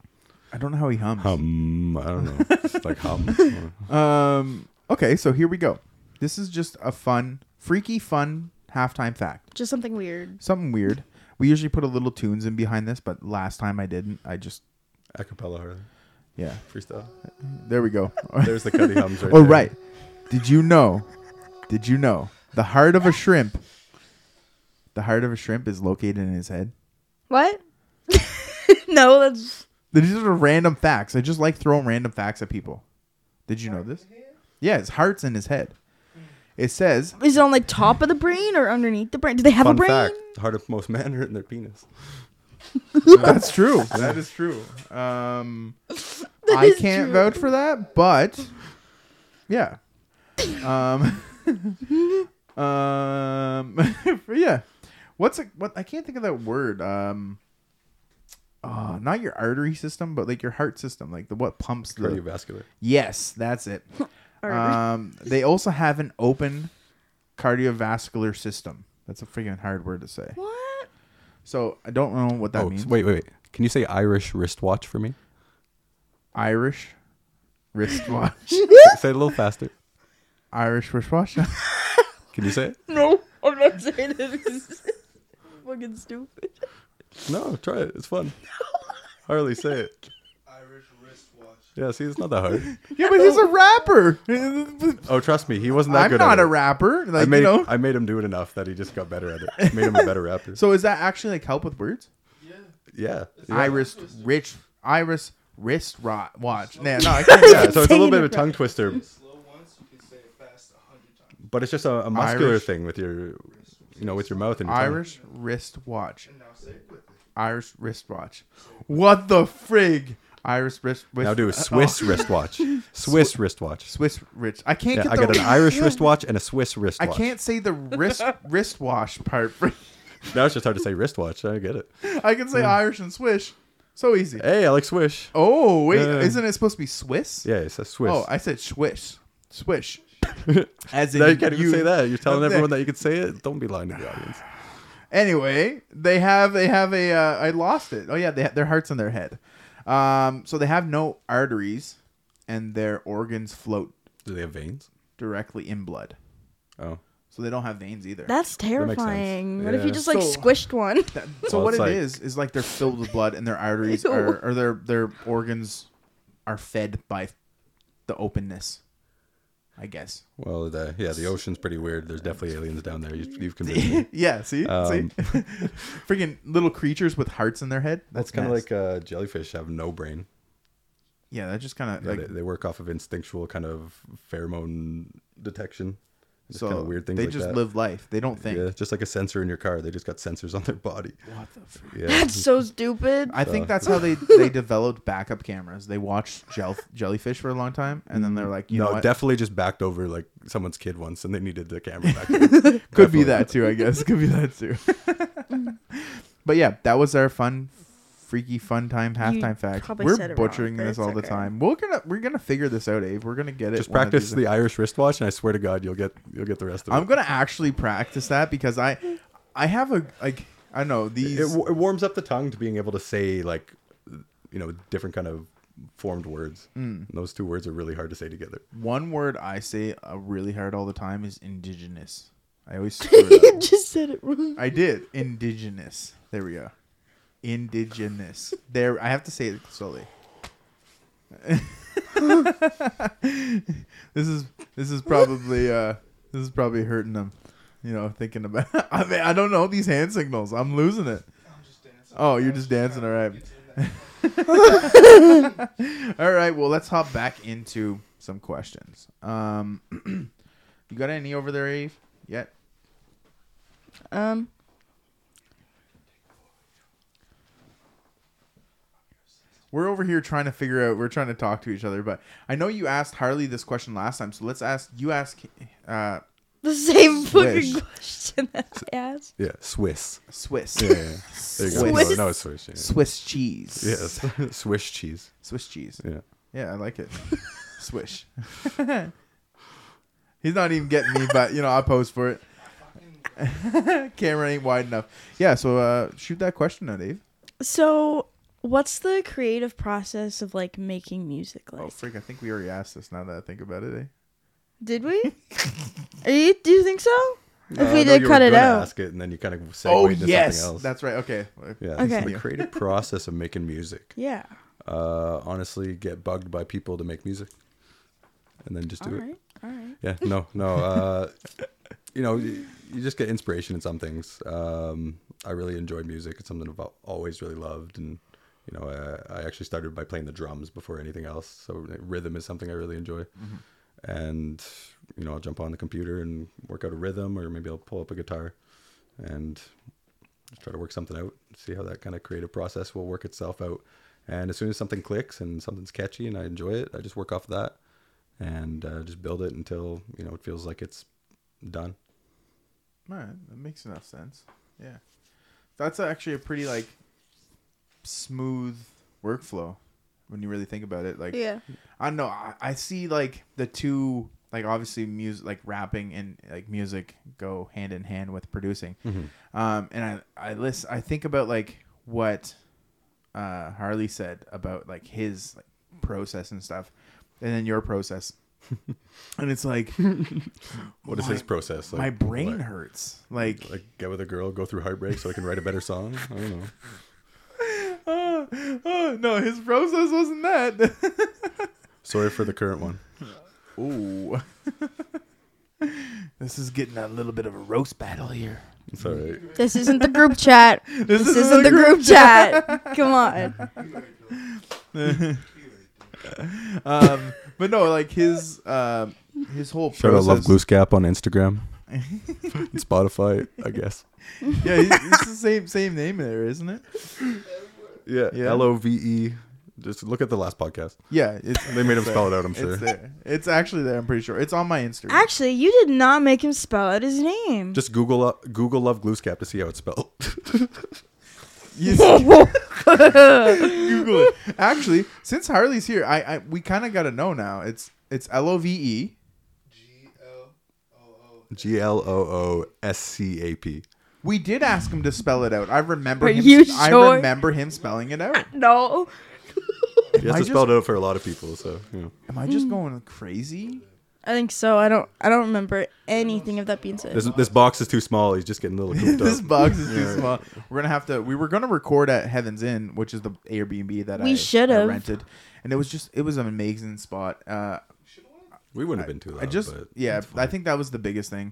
Speaker 1: I don't know how he hums.
Speaker 2: Hum, I don't know, Just like hum.
Speaker 1: Um. Okay, so here we go. This is just a fun, freaky, fun halftime fact.
Speaker 3: Just something weird.
Speaker 1: Something weird. We usually put a little tunes in behind this, but last time I didn't. I just
Speaker 2: Acapella Harley
Speaker 1: yeah.
Speaker 2: freestyle.
Speaker 1: There we go.
Speaker 2: There's the Cudi hums right.
Speaker 1: Oh
Speaker 2: there.
Speaker 1: right. Did you know? Did you know the heart of a shrimp? The heart of a shrimp is located in his head.
Speaker 3: What? no, that's
Speaker 1: These are random facts. I just like throwing random facts at people. Did you know this? Yeah, his heart's in his head. It says
Speaker 3: is it on like top of the brain or underneath the brain? Do they have
Speaker 2: Fun
Speaker 3: a brain?
Speaker 2: fact: the heart of most men are in their penis.
Speaker 1: that's true. That is true. Um, I
Speaker 3: is
Speaker 1: can't
Speaker 3: true.
Speaker 1: vouch for that, but yeah. Um, um, yeah. What's a, what? I can't think of that word. Um, uh, not your artery system, but like your heart system, like the what pumps the.
Speaker 2: Cardiovascular.
Speaker 1: Yes, that's it. um, they also have an open cardiovascular system. That's a freaking hard word to say.
Speaker 3: What?
Speaker 1: So I don't know what that
Speaker 2: oh
Speaker 1: means.
Speaker 2: wait, wait, wait. Can you say Irish wristwatch for me?
Speaker 1: Irish wristwatch.
Speaker 2: say it a little faster.
Speaker 1: Irish wristwatch.
Speaker 2: Can you say it?
Speaker 3: No, I'm not saying it. It's fucking stupid.
Speaker 2: No, try it. It's fun. Harley, say it.
Speaker 4: Irish wristwatch.
Speaker 2: Yeah, see, it's not that hard.
Speaker 1: yeah, but he's a rapper.
Speaker 2: Oh, trust me, he wasn't that
Speaker 1: I'm
Speaker 2: good.
Speaker 1: not
Speaker 2: at
Speaker 1: a
Speaker 2: it.
Speaker 1: rapper. Like
Speaker 2: I made
Speaker 1: you know.
Speaker 2: I made him do it enough that he just got better at it. Made him a better rapper.
Speaker 1: so is that actually like help with words?
Speaker 4: Yeah.
Speaker 2: yeah, yeah.
Speaker 1: Irish rich Irish wrist rot watch. Nah, no, I can't.
Speaker 2: Yeah, so it's a little
Speaker 3: Saying
Speaker 2: bit of
Speaker 3: it
Speaker 2: a tongue twister,
Speaker 4: It's slow once, you can say it fast a hundred times.
Speaker 2: but it's just a, a muscular
Speaker 1: Irish.
Speaker 2: thing with your, you know, with your mouth and your tongue.
Speaker 1: Irish wrist watch.
Speaker 4: And now say it quickly.
Speaker 1: Irish wristwatch. What the frig? Irish wrist. wrist uh, oh,
Speaker 2: Now do a Swiss wristwatch. Swiss wristwatch.
Speaker 1: Swiss rich. I can't
Speaker 2: Yeah,
Speaker 1: get
Speaker 2: I
Speaker 1: the.
Speaker 2: got an Irish wristwatch and a Swiss
Speaker 1: I
Speaker 2: wristwatch.
Speaker 1: can't say the wrist wristwatch part.
Speaker 2: Now it's just hard to say wristwatch. I get it.
Speaker 1: I can say Irish and swish. So easy.
Speaker 2: Hey, I like swish.
Speaker 1: Oh wait,
Speaker 2: Yeah.
Speaker 1: isn't it supposed to be Swiss?
Speaker 2: Yeah, it's a Swiss.
Speaker 1: Oh, I said swish, swish. As in
Speaker 2: now you can't even say that. You're telling
Speaker 1: Okay.
Speaker 2: everyone that you can say it. Don't be lying to the audience.
Speaker 1: Anyway, they have they have a uh, I lost it. Oh yeah, they ha- their hearts in their head. Um, so they have no arteries, and their organs float
Speaker 2: Do they have veins?
Speaker 1: directly in blood.
Speaker 2: Oh,
Speaker 1: So they don't have veins either.
Speaker 3: That's
Speaker 2: makes sense.
Speaker 3: terrifying. What if you
Speaker 2: Yeah.
Speaker 3: just like
Speaker 1: So-
Speaker 3: squished one?
Speaker 1: That- so
Speaker 2: Well,
Speaker 1: what
Speaker 2: it's
Speaker 1: it
Speaker 2: like-
Speaker 1: is is like they're filled with blood, and their arteries
Speaker 3: Ew.
Speaker 1: are or their their organs are fed by the openness. I guess.
Speaker 2: well, the, yeah, the ocean's pretty weird. There's definitely aliens down there. You, you've convinced me.
Speaker 1: yeah, see,
Speaker 2: Um,
Speaker 1: see, freaking little creatures with hearts in their head.
Speaker 2: That's
Speaker 1: That's
Speaker 2: kind of
Speaker 1: nuts.
Speaker 2: like uh, jellyfish have no brain.
Speaker 1: yeah, that just kind of
Speaker 2: Yeah,
Speaker 1: like
Speaker 2: they, they work off of instinctual kind of pheromone detection. Just
Speaker 1: so
Speaker 2: kind of weird things
Speaker 1: they
Speaker 2: like
Speaker 1: just
Speaker 2: that.
Speaker 1: live life. They don't think.
Speaker 2: Yeah, just like a sensor in your car. They just got sensors on their body.
Speaker 1: What the? F-
Speaker 2: Yeah.
Speaker 3: That's so stupid.
Speaker 1: I think
Speaker 2: So-
Speaker 1: that's how they they developed backup cameras. They watched gel- jellyfish for a long time, and then they're like, you know,
Speaker 2: Mm. no,
Speaker 1: what?
Speaker 2: definitely just backed over like someone's kid once and they needed the camera back. there.
Speaker 1: could be
Speaker 2: Definitely.
Speaker 1: that too. I guess could be that too. but yeah, that was our fun, freaky fun time halftime fact.
Speaker 3: probably said
Speaker 1: We're
Speaker 3: it wrong,
Speaker 1: butchering
Speaker 3: but
Speaker 1: this
Speaker 3: it's
Speaker 1: all the
Speaker 3: okay.
Speaker 1: time. We're gonna we're gonna figure this out, Abe. We're gonna get it.
Speaker 2: Just
Speaker 1: one of
Speaker 2: practice
Speaker 1: these-
Speaker 2: the Irish wristwatch and I swear to God you'll get you'll get the rest of it.
Speaker 1: I'm gonna actually practice that because I, I have a like I don't know
Speaker 2: it,
Speaker 1: these.
Speaker 2: it warms up the tongue to being able to say like you know different kind of formed words.
Speaker 1: Mm.
Speaker 2: And those two words are really hard to say together.
Speaker 1: One word I say uh, really hard all the time is indigenous. I always screw it
Speaker 3: you
Speaker 1: up.
Speaker 3: just said it wrong.
Speaker 1: I did indigenous. There we go. Indigenous. There, I have to say it slowly. this is this is probably uh this is probably hurting them, you know. Thinking about, I mean, I don't know these hand signals. I'm losing it.
Speaker 4: I'm just dancing.
Speaker 1: Oh, you're
Speaker 4: I'm
Speaker 1: just
Speaker 4: trying
Speaker 1: dancing,
Speaker 4: to
Speaker 1: alright.
Speaker 4: get to the next
Speaker 1: All right, well, let's hop back into some questions. Um, you got any over there, Eve? Yet?
Speaker 3: Um.
Speaker 1: We're over here trying to figure out. We're trying to talk to each other, but I know you asked Harley this question last time, so let's ask you. Ask uh,
Speaker 3: The same fucking
Speaker 1: Swish.
Speaker 3: question that I asked.
Speaker 2: Yeah, Swiss.
Speaker 1: Swiss,
Speaker 2: Yeah, yeah, yeah. There you go.
Speaker 3: Swiss.
Speaker 2: No, it's Swiss. Yeah.
Speaker 1: Swiss cheese.
Speaker 2: Yes, Swiss cheese.
Speaker 1: Swiss cheese.
Speaker 2: Yeah.
Speaker 1: Yeah, I like it. Swish. He's not even getting me, but you know I pose for it. Camera ain't wide enough. Yeah, so uh, shoot that question now, Dave.
Speaker 3: So, what's the creative process of like making music like?
Speaker 1: Oh freak! I think we already asked this. Now that I think about it, eh?
Speaker 3: Did we? Are you, do you think so? if
Speaker 2: no,
Speaker 3: we did
Speaker 2: you
Speaker 3: cut
Speaker 2: were
Speaker 3: it
Speaker 2: gonna
Speaker 3: out.
Speaker 2: ask it, and then you kind of segued
Speaker 1: Oh
Speaker 2: into
Speaker 1: yes,
Speaker 2: something else.
Speaker 1: that's right. Okay.
Speaker 2: yeah.
Speaker 3: Okay.
Speaker 2: The creative process of making music.
Speaker 3: Yeah.
Speaker 2: Uh, honestly, get bugged by people to make music, and then just
Speaker 3: All
Speaker 2: do it.
Speaker 3: right. All right.
Speaker 2: Yeah, no, no. Uh, you know, you, you just get inspiration in some things. Um, I really enjoyed music. It's something I've always really loved, and you know, I, I actually started by playing the drums before anything else. So like, rhythm is something I really enjoy, and you know, I'll jump on the computer and work out a rhythm, or maybe I'll pull up a guitar, and just try to work something out. See how that kind of creative process will work itself out. And as soon as something clicks and something's catchy and I enjoy it, I just work off of that and uh, just build it until you know it feels like it's done.
Speaker 1: All right, that makes enough sense. Yeah, that's actually a pretty like smooth workflow when you really think about it. Like,
Speaker 3: Yeah.
Speaker 1: I don't know, I, I see like the two like obviously music, like rapping and like music go hand in hand with producing.
Speaker 2: Mm-hmm.
Speaker 1: Um, and I I list I think about like what uh, Harley said about like his like, process and stuff, and then your process. and it's like
Speaker 2: What is
Speaker 1: My-
Speaker 2: his process?
Speaker 1: my brain
Speaker 2: what?
Speaker 1: hurts. Like
Speaker 2: Like get with a girl, go through heartbreak, so I can write a better song. I don't know.
Speaker 1: oh, oh, no, his process wasn't that.
Speaker 2: Sorry for the current one.
Speaker 1: Ooh. this is getting a little bit of a roast battle here.
Speaker 2: It's all right.
Speaker 3: This isn't the group chat.
Speaker 1: This,
Speaker 3: This isn't the group chat. Come on.
Speaker 4: one. You already know. You already know.
Speaker 1: um, but no, like his um, his whole
Speaker 2: Shout out
Speaker 1: process.
Speaker 2: Love Glooscap on Instagram, and Spotify, I guess.
Speaker 1: yeah, he- it's the same same name there, isn't it?
Speaker 2: Yeah,
Speaker 1: Yeah.
Speaker 2: L O V E. Just look at the last podcast.
Speaker 1: Yeah, it's
Speaker 2: They made him spell it out. I'm
Speaker 1: It's
Speaker 2: sure.
Speaker 1: there. It's actually there. I'm pretty sure. It's on my Instagram.
Speaker 3: Actually, you did not make him spell out his name.
Speaker 2: Just Google up Google Love Glooscap to see how it's spelled.
Speaker 1: You- Google it. Actually, since Harley's here, I, I we kind of got to know now. It's it's L O V E.
Speaker 4: G L O O.
Speaker 2: G L O O S C A P.
Speaker 1: We did ask him to spell it out. I remember.
Speaker 3: Are
Speaker 1: him,
Speaker 3: you
Speaker 1: I
Speaker 3: sure?
Speaker 1: remember him spelling it out.
Speaker 3: no.
Speaker 2: You
Speaker 1: I
Speaker 2: have to
Speaker 1: just-
Speaker 2: spell it out for a lot of people, so you know.
Speaker 1: Am I
Speaker 3: Hmm.
Speaker 1: just going crazy?
Speaker 3: I think so. I don't. I don't remember anything of that being said.
Speaker 2: This, this box is too small. He's just getting a little cooped
Speaker 1: this
Speaker 2: up.
Speaker 1: box is too small. We're gonna have to. We were gonna record at Heaven's Inn, which is the Airbnb that
Speaker 3: We
Speaker 1: I, I
Speaker 3: should've.
Speaker 1: rented, and it was just it was an amazing spot. Uh,
Speaker 2: We wouldn't have been too loud.
Speaker 1: I just
Speaker 2: but
Speaker 1: yeah,
Speaker 2: it's
Speaker 1: I
Speaker 2: fine.
Speaker 1: think that was the biggest thing.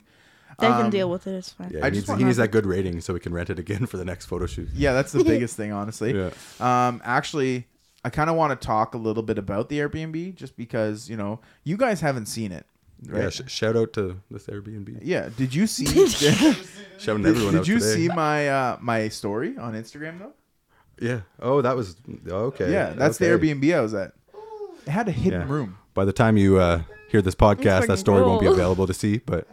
Speaker 3: they can
Speaker 1: um,
Speaker 3: deal with it. It's fine.
Speaker 2: Yeah,
Speaker 1: I
Speaker 2: he,
Speaker 1: just
Speaker 2: needs,
Speaker 1: want-
Speaker 2: he needs that good rating so we can rent it again for the next photo shoot.
Speaker 1: Yeah, that's the biggest thing, honestly.
Speaker 2: Yeah.
Speaker 1: Um, actually, I kind of want to talk a little bit about the Airbnb just because you know you guys haven't seen it, right?
Speaker 2: Yeah. Sh- shout out to this Airbnb.
Speaker 1: yeah. Did you see? did
Speaker 2: Shouting everyone
Speaker 1: did
Speaker 2: out
Speaker 1: you
Speaker 2: today.
Speaker 1: see my uh, my story on Instagram though?
Speaker 2: Yeah. Oh, that was okay.
Speaker 1: Yeah, that's the
Speaker 2: okay.
Speaker 1: Airbnb I was at. It had a hidden
Speaker 2: Yeah.
Speaker 1: room.
Speaker 2: By the time you uh, hear this podcast,
Speaker 3: fucking
Speaker 2: that story won't be
Speaker 3: cool.
Speaker 2: available to see. But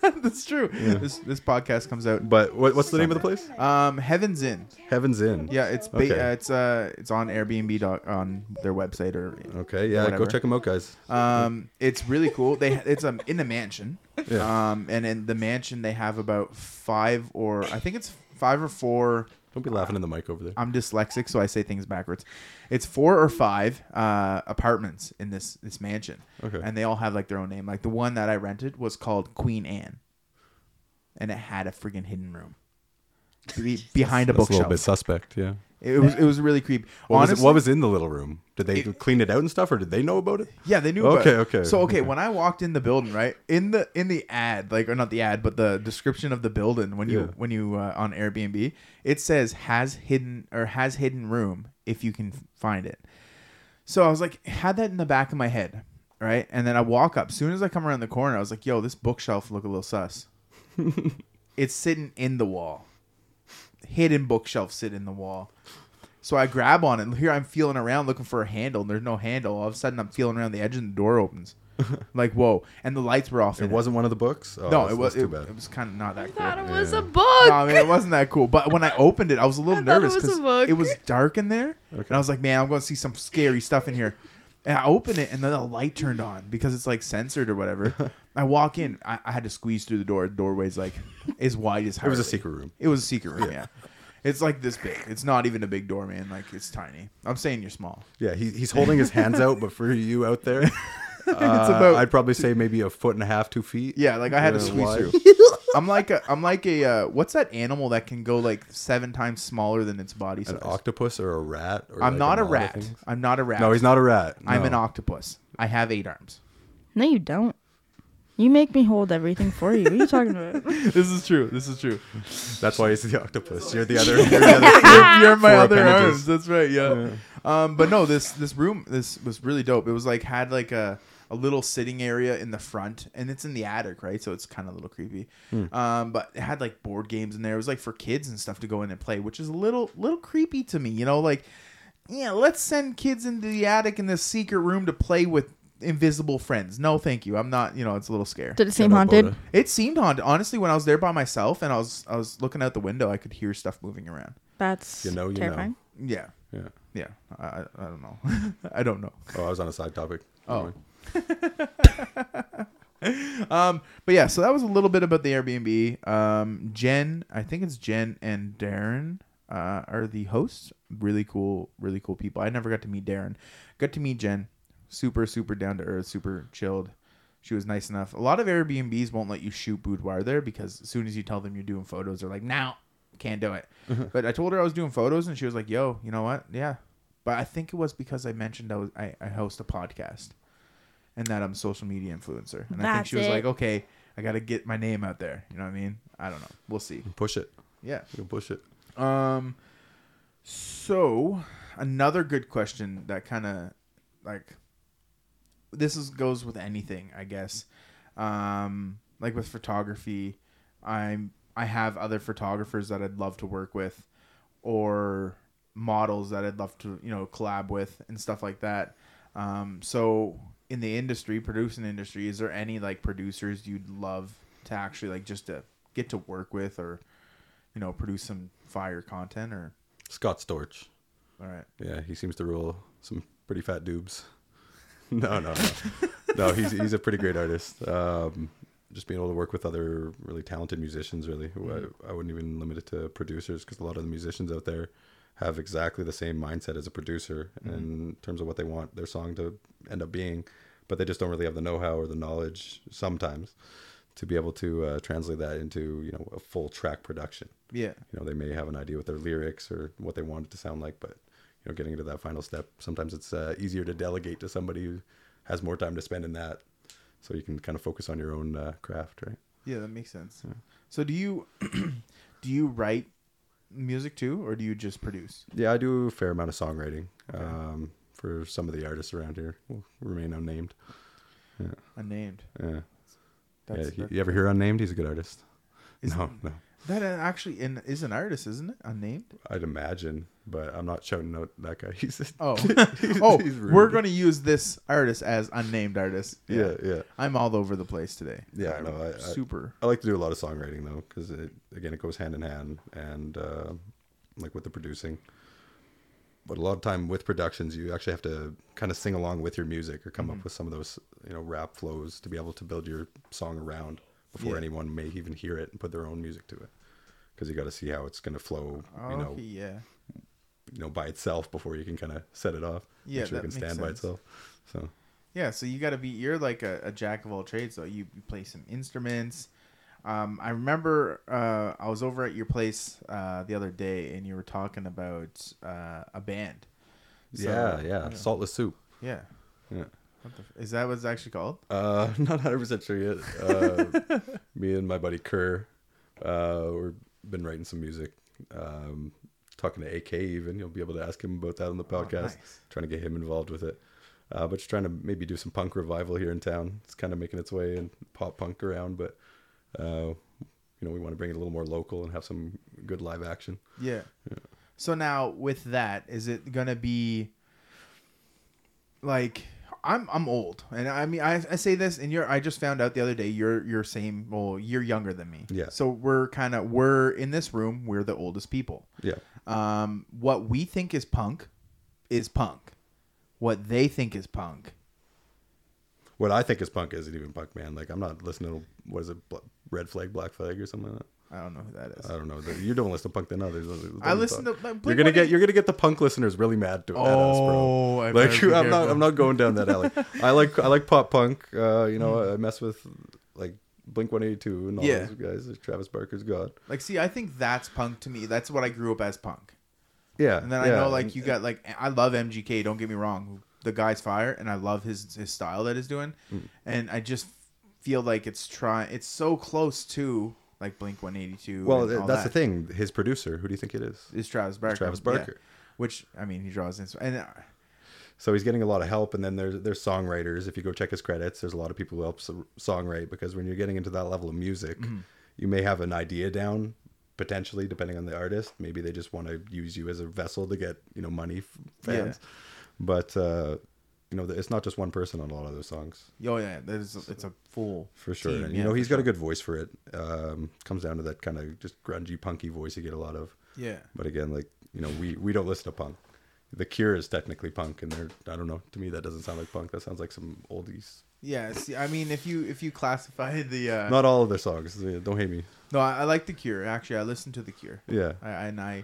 Speaker 1: That's true. This this podcast comes out.
Speaker 2: but what, what's the name of the place?
Speaker 1: Um, Heaven's Inn.
Speaker 2: Heaven's Inn.
Speaker 1: Yeah, it's ba-
Speaker 2: Okay.
Speaker 1: uh, it's uh it's on Airbnb doc- on their website or
Speaker 2: Okay. Yeah.
Speaker 1: Whatever.
Speaker 2: Go check them out, guys.
Speaker 1: um it's really cool. They it's um in a mansion.
Speaker 2: Yeah.
Speaker 1: Um and in the mansion they have about five or I think it's five or four
Speaker 2: Don't be laughing in the mic over there.
Speaker 1: I'm dyslexic, so I say things backwards. It's four or five uh, apartments in this this mansion,
Speaker 2: Okay.
Speaker 1: and they all have like their own name. Like the one that I rented was called Queen Anne, and it had a freaking hidden room Be- behind a
Speaker 2: That's a little bit
Speaker 1: bookshelf.
Speaker 2: suspect. Yeah.
Speaker 1: It was it was really creepy.
Speaker 2: What was, it-
Speaker 1: Honestly,
Speaker 2: what was in the little room? Did they
Speaker 1: It-
Speaker 2: clean it out and stuff, or did they know about it?
Speaker 1: yeah, they knew. about
Speaker 2: Okay,
Speaker 1: it.
Speaker 2: okay,
Speaker 1: So okay,
Speaker 2: okay.
Speaker 1: when I walked in the building, right in the in the ad, like or not the ad, but the description of the building when you
Speaker 2: Yeah.
Speaker 1: when you uh, on Airbnb, it says has hidden or has hidden room if you can find it. So I was like, had that in the back of my head, right? And then I walk up. Soon as I come around the corner, I was like, yo, this bookshelf look a little sus. it's sitting in the wall. Hidden bookshelf sit in the wall. So I grab on it. Here I'm feeling around looking for a handle, and there's no handle. All of a sudden, I'm feeling around the edge, and the door opens. like whoa! And the lights were off.
Speaker 2: It
Speaker 1: in
Speaker 2: wasn't one of the books. Oh,
Speaker 1: No,
Speaker 2: that's-
Speaker 1: it was.
Speaker 2: that's
Speaker 1: It,
Speaker 2: too bad.
Speaker 1: it was kind of not that cool.
Speaker 3: thought it was
Speaker 2: Yeah.
Speaker 3: a book.
Speaker 1: No, I mean it wasn't that cool. But when I opened it, I was a little
Speaker 3: I thought it
Speaker 1: nervous
Speaker 3: was a
Speaker 1: because
Speaker 3: book.
Speaker 1: it, was dark in there, and I was like, "Man, I'm going to see some scary stuff in here." And I open it, and then the light turned on because it's like censored or whatever. I walk in. I, I had to squeeze through the door. The doorway's like as wide as.
Speaker 2: It was a
Speaker 1: Harley.
Speaker 2: secret room.
Speaker 1: It was a secret room. Yeah, it's like this big. It's not even a big door, man. Like it's tiny. I'm saying you're small.
Speaker 2: Yeah, he, he's holding his hands out, but for you out there, uh,
Speaker 1: about-
Speaker 2: I'd probably say maybe a foot and a half, two feet.
Speaker 1: Yeah, like I had to
Speaker 2: Uh,
Speaker 1: squeeze
Speaker 2: wide.
Speaker 1: through. I'm like a. I'm like a. Uh, what's that animal that can go like seven times smaller than its body size?
Speaker 2: An octopus or a rat? Or
Speaker 1: I'm
Speaker 2: like
Speaker 1: not a
Speaker 2: model
Speaker 1: rat.
Speaker 2: thing?
Speaker 1: I'm not a rat.
Speaker 2: No, he's not a rat.
Speaker 1: I'm
Speaker 2: No.
Speaker 1: an octopus. I have eight arms.
Speaker 3: No, you don't. You make me hold everything for you. What are you talking about?
Speaker 1: this is true. This is true.
Speaker 2: That's why he's the octopus. You're the other. You're the other
Speaker 1: You're, you're my
Speaker 2: Four
Speaker 1: other arms.
Speaker 2: appendages.
Speaker 1: That's right. Yeah. Um, but no, this this room this was really dope. It was like had like a a little sitting area in the front, and it's in the attic, right? So it's kind of a little creepy. Um, but it had like board games in there. It was like for kids and stuff to go in and play, which is a little little creepy to me. You know, like yeah, let's send kids into the attic in this secret room to play with invisible friends. No, thank you. I'm not. You know, it's a little scare.
Speaker 3: Did it seem
Speaker 2: Shut up,
Speaker 3: haunted?
Speaker 2: Oda.
Speaker 1: It seemed haunted. Honestly, when I was there by myself and I was I was looking out the window, I could hear stuff moving around.
Speaker 3: That's
Speaker 2: You know, you know.
Speaker 3: terrifying.
Speaker 1: Yeah,
Speaker 2: Yeah.
Speaker 1: yeah. I I, I don't know. I don't know.
Speaker 2: Oh, I was on a side topic. Never
Speaker 1: Oh.
Speaker 2: mind.
Speaker 1: Um, but yeah, so that was a little bit about the Airbnb. Um, Jen, I think it's Jen and Darren uh, are the hosts. Really cool, really cool people. I never got to meet Darren. Got to meet Jen. Super, super down to earth, super chilled. She was nice enough. A lot of Airbnbs won't let you shoot boudoir there because as soon as you tell them you're doing photos, they're like, "No, can't do it." but I told her I was doing photos, and she was like, "Yo, you know what? Yeah." But I think it was because I mentioned I was I, I host a podcast, and that I'm a social media influencer, and I think
Speaker 3: That's
Speaker 1: she was
Speaker 3: it.
Speaker 1: like, "Okay, I got to get my name out there." You know what I mean? I don't know. We'll see.
Speaker 2: Push it.
Speaker 1: Yeah.
Speaker 2: You can push it.
Speaker 1: Um. So another good question that kind of like this is goes with anything, I guess. Um, like with photography, I'm I have other photographers that I'd love to work with, or models that I'd love to you know collab with and stuff like that. Um, so in the industry, producing industry, is there any like producers you'd love to actually like just to get to work with or you know produce some fire content or
Speaker 2: Scott Storch.
Speaker 1: all right
Speaker 2: Yeah, he seems to rule some pretty fat dubes. No, no, no. no, he's he's a pretty great artist. Um, just being able to work with other really talented musicians, really. who I, I wouldn't even limit it to producers because a lot of the musicians out there have exactly the same mindset as a producer in terms of what they want their song to end up being, but they just don't really have the know-how or the knowledge sometimes to be able to uh, translate that into you know a full track production
Speaker 1: yeah
Speaker 2: you know they may have an idea with their lyrics or what they want it to sound like but you know getting into that final step sometimes it's uh, easier to delegate to somebody who has more time to spend in that so you can kind of focus on your own uh, craft right
Speaker 1: yeah that makes sense so do you do you write music too or do you just produce
Speaker 2: yeah i do a fair amount of songwriting um, for some of the artists around here will remain unnamed
Speaker 1: unnamed
Speaker 2: yeah, yeah
Speaker 1: that's,
Speaker 2: you,
Speaker 1: that-
Speaker 2: you ever hear unnamed he's a good artist
Speaker 1: Is-
Speaker 2: no no
Speaker 1: that actually in, is an artist isn't it unnamed
Speaker 2: i'd imagine but i'm not shouting out that guy he's a,
Speaker 1: oh oh
Speaker 2: he's rude.
Speaker 1: we're gonna use this artist as unnamed artist
Speaker 2: yeah yeah
Speaker 1: i'm all over the place today
Speaker 2: Yeah,
Speaker 1: I'm
Speaker 2: no, I- I-
Speaker 1: super
Speaker 2: I like to do a lot of songwriting though, because it again it goes hand in hand, and uh, like with the producing. But a lot of time with productions, you actually have to kind of sing along with your music or come
Speaker 1: Mm-hmm.
Speaker 2: up with some of those you know rap flows to be able to build your song around before
Speaker 1: Yeah.
Speaker 2: anyone may even hear it and put their own music to it. Because because you got to see how it's going to flow,
Speaker 1: Oh,
Speaker 2: you know,
Speaker 1: yeah.
Speaker 2: you know, by itself before you can kind of set it off.
Speaker 1: Yeah,
Speaker 2: make sure
Speaker 1: that
Speaker 2: it can
Speaker 1: makes
Speaker 2: stand by
Speaker 1: sense.
Speaker 2: itself. So
Speaker 1: Yeah, so you got to be you're like a, a jack of all trades though. You, you play some instruments. Um, I remember uh, I was over at your place uh, the other day and you were talking about uh, a band. So-
Speaker 2: yeah, yeah, saltless soup.
Speaker 1: yeah.
Speaker 2: Yeah.
Speaker 1: What the f- is that what it's actually called?
Speaker 2: Uh, not hundred percent sure yet. Uh, me and my buddy Kerr, uh, we've been writing some music. Um, talking to AK even, you'll be able to ask him about that on the podcast.
Speaker 1: nice.
Speaker 2: Trying to get him involved with it. Uh, but just trying to maybe do some punk revival here in town. It's kind of making its way and pop punk around, but uh, you know we want to bring it a little more local and have some good live action.
Speaker 1: Yeah. So now with that, is it gonna be like I'm I'm old, and I mean I, I say this, and you're I just found out the other day you're you're same well you're younger than me.
Speaker 2: Yeah.
Speaker 1: So we're kind of we're in this room we're the oldest people.
Speaker 2: Yeah,
Speaker 1: Um, what we think is punk is punk. What they think is punk.
Speaker 2: what I think is punk isn't even punk, man. Like I'm not listening to what is it, Bla- Red Flag, Black Flag, or something like that.
Speaker 1: I don't know who that is.
Speaker 2: I don't know. You don't listen to punk, then others.
Speaker 1: I listen to
Speaker 2: You're gonna get you're gonna get the punk listeners really mad to, at us, bro.
Speaker 1: Oh, I
Speaker 2: Like
Speaker 1: better be
Speaker 2: I'm not
Speaker 1: careful.
Speaker 2: I'm not going down that alley. I like I like pop punk. Uh, you know I mess with like Blink 182 and all
Speaker 1: Yeah.
Speaker 2: those guys. Travis Barker's God.
Speaker 1: like see I think that's punk to me. That's what I grew up as punk.
Speaker 2: Yeah.
Speaker 1: And then
Speaker 2: yeah,
Speaker 1: I know like
Speaker 2: and-
Speaker 1: you got like I love MGK. Don't get me wrong, the guy's fire, and I love his his style that he's doing,
Speaker 2: Mm.
Speaker 1: and I just feel like it's try it's so close to like Blink One Eighty Two.
Speaker 2: Well, th- that's the thing. His producer, who do you think it is?
Speaker 1: Is Travis Barker?
Speaker 2: Travis
Speaker 1: yeah.
Speaker 2: Barker.
Speaker 1: Which I mean, he draws ins and uh,
Speaker 2: So he's getting a lot of help, and then there's there's songwriters. If you go check his credits, there's a lot of people who help s- songwrite because when you're getting into that level of music,
Speaker 1: Mm-hmm.
Speaker 2: you may have an idea down potentially, depending on the artist. Maybe they just want to use you as a vessel to get you know money from fans. But uh, you know, it's not just one person on a lot of those songs
Speaker 1: oh yeah, there's it's a full
Speaker 2: for sure.
Speaker 1: team,
Speaker 2: and,
Speaker 1: yeah,
Speaker 2: you know,
Speaker 1: for
Speaker 2: he's got a
Speaker 1: sure.
Speaker 2: good voice for it. Um, comes down to that kind of just grungy, punky voice you get a lot of.
Speaker 1: yeah.
Speaker 2: But again, like you know, we we don't listen to punk. The Cure is technically punk, and they're I don't know. To me, that doesn't sound like punk. That sounds like some oldies.
Speaker 1: Yeah, see, I mean, if you if you classify the uh,
Speaker 2: Not all of their songs. yeah, Don't hate me.
Speaker 1: no, I, I like the Cure. Actually, I listen to the Cure,
Speaker 2: Yeah,
Speaker 1: I, and I,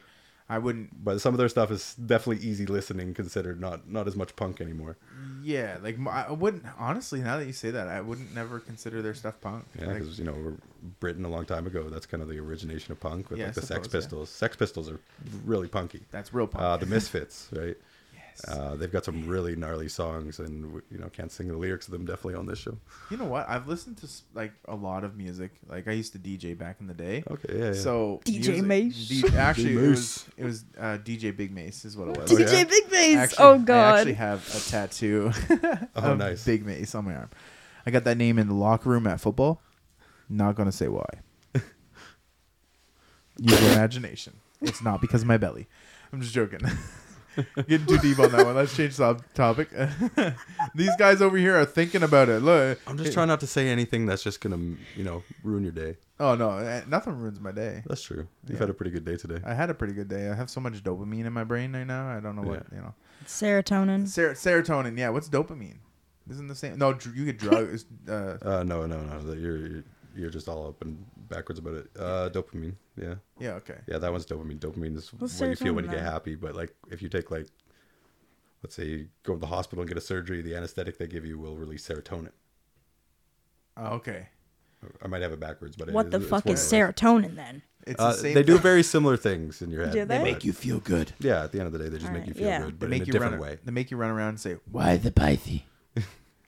Speaker 1: I wouldn't.
Speaker 2: but some of their stuff is definitely easy listening, considered not not as much punk anymore.
Speaker 1: Yeah, like my, I wouldn't. Honestly, now that you say that, I wouldn't never consider their stuff punk.
Speaker 2: Yeah,
Speaker 1: Like,
Speaker 2: because you know we're Britain a long time ago. That's kind of the origination of punk with
Speaker 1: Yeah, I
Speaker 2: like the Sex
Speaker 1: suppose, yeah.
Speaker 2: Pistols. Sex Pistols are really punky.
Speaker 1: that's real punk.
Speaker 2: Uh, the Misfits, right?
Speaker 1: yes.
Speaker 2: Uh, they've got some really gnarly songs, and we- you know can't sing the lyrics of them definitely on this show.
Speaker 1: you know what? I've listened to s- like a lot of music. Like I used to DJ back in the day.
Speaker 2: Okay, yeah, yeah.
Speaker 1: So
Speaker 3: DJ
Speaker 1: music-
Speaker 3: Mace.
Speaker 1: D- actually, it was
Speaker 2: Mace.
Speaker 1: it was uh, DJ Big Mace is what it was.
Speaker 2: Oh,
Speaker 3: DJ
Speaker 2: yeah?
Speaker 3: Big Bass.
Speaker 1: Actually-
Speaker 3: oh
Speaker 1: I
Speaker 3: God.
Speaker 1: actually have a tattoo.
Speaker 2: Oh,
Speaker 1: of
Speaker 2: nice.
Speaker 1: Big Mace on my arm. I got that name in the locker room at football. Not gonna say why. Use your imagination. It's not because of my belly. I'm just joking. Getting too deep on that one. Let's change the topic. These guys over here are thinking about it. Look.
Speaker 2: I'm just trying not to say anything that's just gonna, you know, ruin your day.
Speaker 1: Oh no, eh, nothing ruins my day.
Speaker 2: That's true. You've
Speaker 1: Yeah.
Speaker 2: had a pretty good day today.
Speaker 1: I had a pretty good day. I have so much dopamine in my brain right now. I don't know what
Speaker 2: Yeah.
Speaker 1: you know.
Speaker 3: Serotonin.
Speaker 1: Ser- serotonin. Yeah, what's dopamine? Isn't the same? No, dr- you get drugs. Uh,
Speaker 2: Uh, no, no, no. that You're you're just all up and backwards about it. Uh, dopamine. Yeah,
Speaker 1: yeah. Okay.
Speaker 2: yeah. That one's dopamine. Dopamine is
Speaker 3: What's
Speaker 2: what you feel when you
Speaker 3: serotonin
Speaker 2: get
Speaker 3: then?
Speaker 2: happy. But like, if you take like, let's say you go to the hospital and get a surgery, the anesthetic they give you will release serotonin.
Speaker 1: Oh, okay.
Speaker 2: I might have it backwards, but it
Speaker 3: What
Speaker 2: is-
Speaker 3: the
Speaker 2: it's
Speaker 3: fuck
Speaker 2: one
Speaker 3: is
Speaker 2: of those.
Speaker 3: serotonin then?
Speaker 1: It's
Speaker 2: Uh,
Speaker 1: the same
Speaker 2: they do
Speaker 1: thing.
Speaker 2: very similar things in your head.
Speaker 3: Do they?
Speaker 2: but-
Speaker 3: Make
Speaker 1: you feel good.
Speaker 2: Yeah, at the end of the day, they just
Speaker 3: All
Speaker 2: make
Speaker 3: right,
Speaker 2: you feel
Speaker 3: yeah.
Speaker 2: good,
Speaker 1: They
Speaker 2: but
Speaker 1: make
Speaker 2: in a
Speaker 1: you
Speaker 2: different
Speaker 1: run,
Speaker 2: way.
Speaker 1: They make you run around and say, "Why the Pythie?"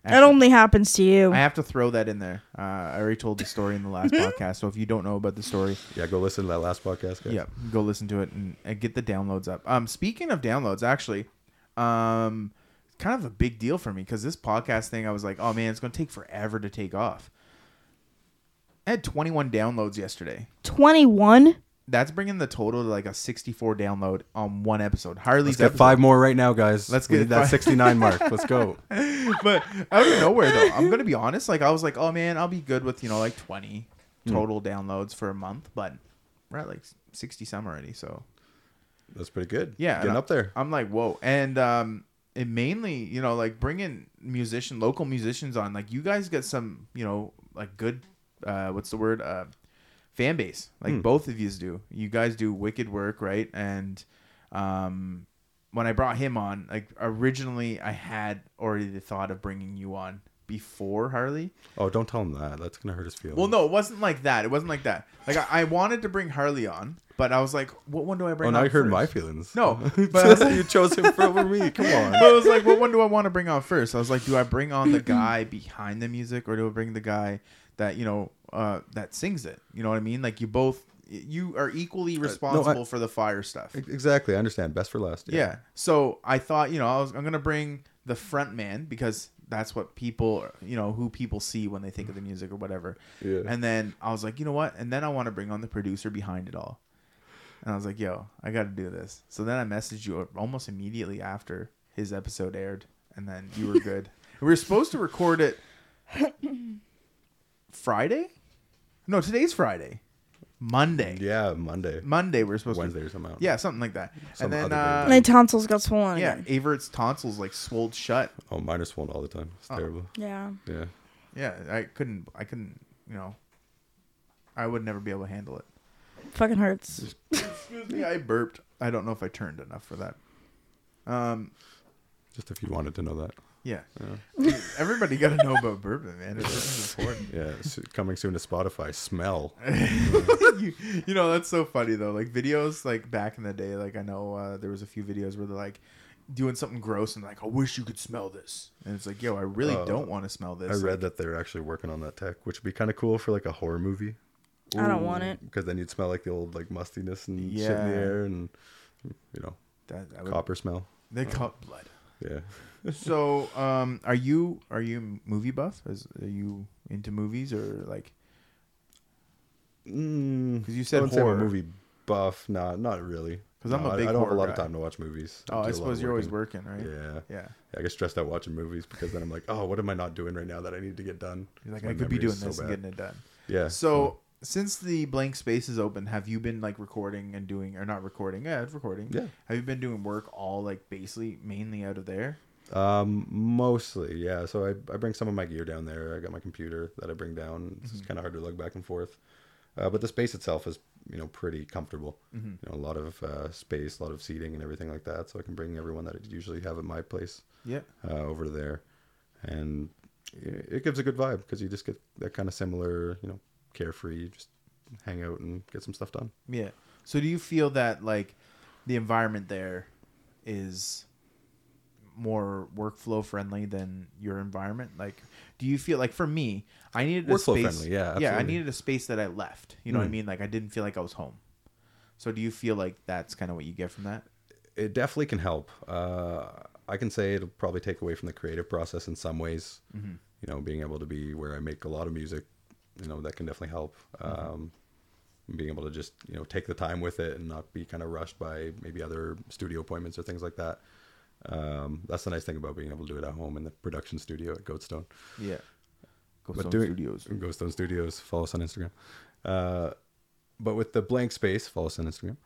Speaker 3: That only happens to you.
Speaker 1: I have to throw that in there. Uh, I already told the story in the last podcast, so if you don't know about the story,
Speaker 2: Yeah, go listen to that last podcast, guys.
Speaker 1: yeah, go listen to it and, and get the downloads up. Um, speaking of downloads, actually, um, kind of a big deal for me because this podcast thing, I was like, "Oh man, it's gonna take forever to take off." I had 21 downloads yesterday.
Speaker 3: 21.
Speaker 1: That's bringing the total to like a 64 download on one episode. Harley's
Speaker 2: Let's get
Speaker 1: episode.
Speaker 2: five more right now, guys.
Speaker 1: Let's
Speaker 2: We
Speaker 1: get
Speaker 2: need that
Speaker 1: five-
Speaker 2: 69 mark. Let's go.
Speaker 1: but out of nowhere though i'm gonna be honest like i was like oh man i'll be good with you know like 20
Speaker 2: Hmm.
Speaker 1: total downloads for a month but we're at like 60 some already so
Speaker 2: That's pretty good.
Speaker 1: yeah and
Speaker 2: getting
Speaker 1: I-
Speaker 2: up there.
Speaker 1: i'm like whoa and um it mainly you know like bringing musician local musicians on like you guys get some you know like good uh what's the word uh fan base. Like
Speaker 2: Hmm.
Speaker 1: both of yous do. You guys do wicked work, right? And um, when I brought him on, like originally I had already the thought of bringing you on before Harley.
Speaker 2: Oh, don't tell him that. That's gonna hurt his feelings.
Speaker 1: Well, no, it wasn't like that. It wasn't like that. Like I, I wanted to bring Harley on, but I was like, what one do I bring?
Speaker 2: Oh,
Speaker 1: on
Speaker 2: now you hurt
Speaker 1: first?
Speaker 2: my feelings.
Speaker 1: No, but I was
Speaker 2: but you chose him for over me. Come on.
Speaker 1: but I was like, what one do I want to bring on first? I was like, do I bring on the guy behind the music or do I bring the guy that you know uh, that sings it? You know what I mean? Like you both, you are equally responsible for the fire stuff.
Speaker 2: E- Exactly. I understand. Best for last.
Speaker 1: yeah. So I thought, you know, I was I'm gonna bring the front man because that's what people, you know, who people see when they think of the music or whatever.
Speaker 2: Yeah.
Speaker 1: And then I was like, you know what? And then I want to bring on the producer behind it all. And I was like, yo, I got to do this. So then I messaged you almost immediately after his episode aired, and then you were good. we were supposed to record it Friday. No, today's Friday. Monday.
Speaker 2: Yeah. Monday,
Speaker 1: Monday we are supposed
Speaker 2: Wednesday,
Speaker 1: to.
Speaker 2: or something.
Speaker 1: Yeah, something like that.
Speaker 2: Some
Speaker 1: and then,
Speaker 2: other
Speaker 1: uh,
Speaker 3: My tonsils got swollen
Speaker 1: yeah,
Speaker 3: again.
Speaker 1: Avert's tonsils like swelled shut.
Speaker 2: Oh, mine are swollen all the time. It's
Speaker 1: Oh.
Speaker 2: terrible.
Speaker 3: Yeah.
Speaker 2: Yeah.
Speaker 1: Yeah, I couldn't. I couldn't. You know, I would never be able to handle it.
Speaker 3: Fucking hurts.
Speaker 1: Excuse me, I burped. I don't know if I turned enough for that. Um,
Speaker 2: Just if you wanted to know that.
Speaker 1: yeah.
Speaker 2: Yeah.
Speaker 1: Dude, Everybody got to know about bourbon, man. It's this is important.
Speaker 2: Yeah. it's coming soon to Spotify. Smell.
Speaker 1: you, you know, that's so funny though. Like videos, like back in the day, like I know uh, there was a few videos where they're like doing something gross and like, I wish you could smell this, and it's like, yo, I really
Speaker 2: Oh,
Speaker 1: don't want to smell
Speaker 2: I
Speaker 1: this.
Speaker 2: read that they're actually working on that tech, which would be kind of cool for like a horror movie.
Speaker 3: I don't want it.
Speaker 2: Because then you'd smell like the old like mustiness and shit in
Speaker 1: Yeah.
Speaker 2: the air and you know
Speaker 1: that, that would-
Speaker 2: copper smell.
Speaker 1: They caught blood.
Speaker 2: Yeah.
Speaker 1: So, um, are you are you a movie buff? Is, are you into movies or like?
Speaker 2: Mm,
Speaker 1: 'Cause you said
Speaker 2: I wouldn't say I'm a
Speaker 1: horror.
Speaker 2: movie buff. Not not really.
Speaker 1: 'Cause I'm
Speaker 2: No,
Speaker 1: a
Speaker 2: I-
Speaker 1: big
Speaker 2: I don't have
Speaker 1: horror
Speaker 2: a lot of
Speaker 1: guy.
Speaker 2: time to watch movies.
Speaker 1: Oh,
Speaker 2: do a
Speaker 1: I
Speaker 2: lot
Speaker 1: suppose
Speaker 2: of
Speaker 1: you're always
Speaker 2: working.
Speaker 1: working, right?
Speaker 2: Yeah.
Speaker 1: Yeah.
Speaker 2: Yeah, I get stressed out watching movies because then I'm like, oh, what am I not doing right now that I need to get done?
Speaker 1: You're like,
Speaker 2: My
Speaker 1: I could be
Speaker 2: memory
Speaker 1: doing
Speaker 2: is
Speaker 1: this
Speaker 2: so
Speaker 1: and
Speaker 2: bad.
Speaker 1: getting it done.
Speaker 2: Yeah.
Speaker 1: So, since the blank space is open, have you been like recording and doing, or not recording? Yeah, it's recording.
Speaker 2: Yeah.
Speaker 1: Have you been doing work all like basically mainly out of there?
Speaker 2: Um, mostly, yeah. So I, I bring some of my gear down there. I got my computer that I bring down. It's kind of hard to lug back and forth. Uh, but the space itself is, you know, pretty comfortable. You know, a lot of uh, space, a lot of seating, and everything like that. So I can bring everyone that I usually have at my place
Speaker 1: Yeah.
Speaker 2: uh, over to there, and it it gives a good vibe because you just get that kind of similar, you know, carefree, just hang out and get some stuff done.
Speaker 1: Yeah. So, do you feel that like the environment there is more workflow friendly than your environment? Like, do you feel like for me, I needed a
Speaker 2: Workflow
Speaker 1: space.
Speaker 2: friendly, yeah,
Speaker 1: Yeah, I
Speaker 2: absolutely.
Speaker 1: needed a space that I left. You know what I
Speaker 2: Mm.
Speaker 1: mean? Like, I didn't feel like I was home. So, do you feel like that's kind of what you get from that?
Speaker 2: it definitely can help. Uh, I can say it'll probably take away from the creative process in some ways. You know, being able to be where I make a lot of music, you know, that can definitely help. Um, being able to just you know take the time with it and not be kind of rushed by maybe other studio appointments or things like that. Um, that's the nice thing about being able to do it at home in the production studio at Goatstone.
Speaker 1: Yeah. Go
Speaker 2: But
Speaker 1: Stone
Speaker 2: doing-
Speaker 1: Studios.
Speaker 2: Ghoststone Studios. Follow us on Instagram. Uh, but with the blank space, follow us on Instagram.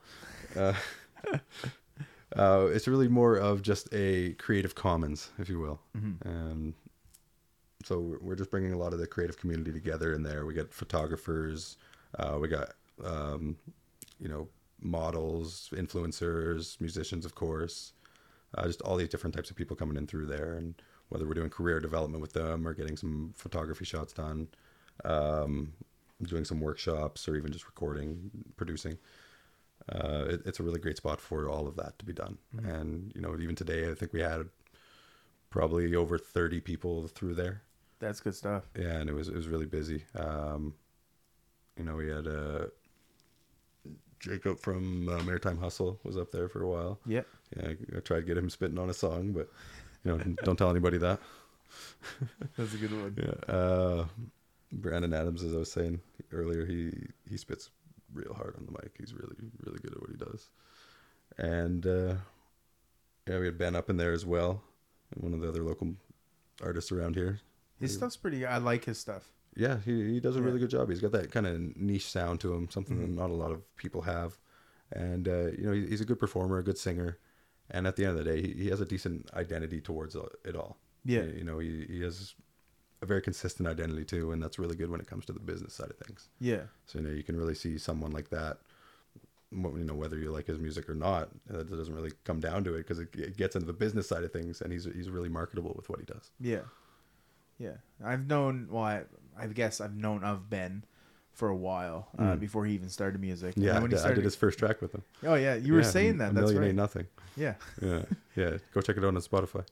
Speaker 2: Uh, uh, it's really more of just a Creative Commons, if you will. Um, so we're- we're just bringing a lot of the creative community together in there. We got photographers, uh, we got um, you know models, influencers, musicians, of course. Uh, just all these different types of people coming in through there, and whether we're doing career development with them or getting some photography shots done, um, doing some workshops, or even just recording, producing. Uh, it, it's a really great spot for all of that to be done. And you know, even today, I think we had probably over thirty people through there
Speaker 1: That's good stuff.
Speaker 2: yeah and it was it was really busy um you know we had uh jacob from uh, maritime hustle was up there for a while
Speaker 1: Yeah.
Speaker 2: yeah I, I tried to get him spitting on a song but you know don't tell anybody that
Speaker 1: That's a good one.
Speaker 2: yeah uh brandon adams as i was saying earlier he he spits real hard on the mic he's really really good at what he does and uh yeah we had ben up in there as well and one of the other local artists around here
Speaker 1: His stuff's pretty I like his stuff.
Speaker 2: Yeah, he, he does a
Speaker 1: Yeah. Mm-hmm.
Speaker 2: really good job. He's got that kind of niche sound to him, something that not a lot of people have. And, uh, you know, he, he's a good performer, a good singer. And at the end of the day, he, he has a decent identity towards it uh, all.
Speaker 1: Yeah.
Speaker 2: You know, he, he has a very consistent identity too, and that's really good when it comes to the business side of things.
Speaker 1: Yeah.
Speaker 2: So you know you can really see someone like that. wh- You know whether you like his music or not, uh, that doesn't really come down to it because it, it gets into the business side of things, and he's he's really marketable with what he does.
Speaker 1: Yeah. Yeah. I've known, well, I, I guess I've known of Ben for a while uh,
Speaker 2: Mm.
Speaker 1: before he even started music. And
Speaker 2: Yeah,
Speaker 1: then
Speaker 2: I,
Speaker 1: when
Speaker 2: did,
Speaker 1: he
Speaker 2: I
Speaker 1: started,
Speaker 2: did his first track with him.
Speaker 1: Oh, yeah. You were
Speaker 2: Yeah,
Speaker 1: saying
Speaker 2: a
Speaker 1: that. That's
Speaker 2: million
Speaker 1: right.
Speaker 2: ain't nothing.
Speaker 1: Yeah.
Speaker 2: Yeah, yeah. Go check it out on Spotify.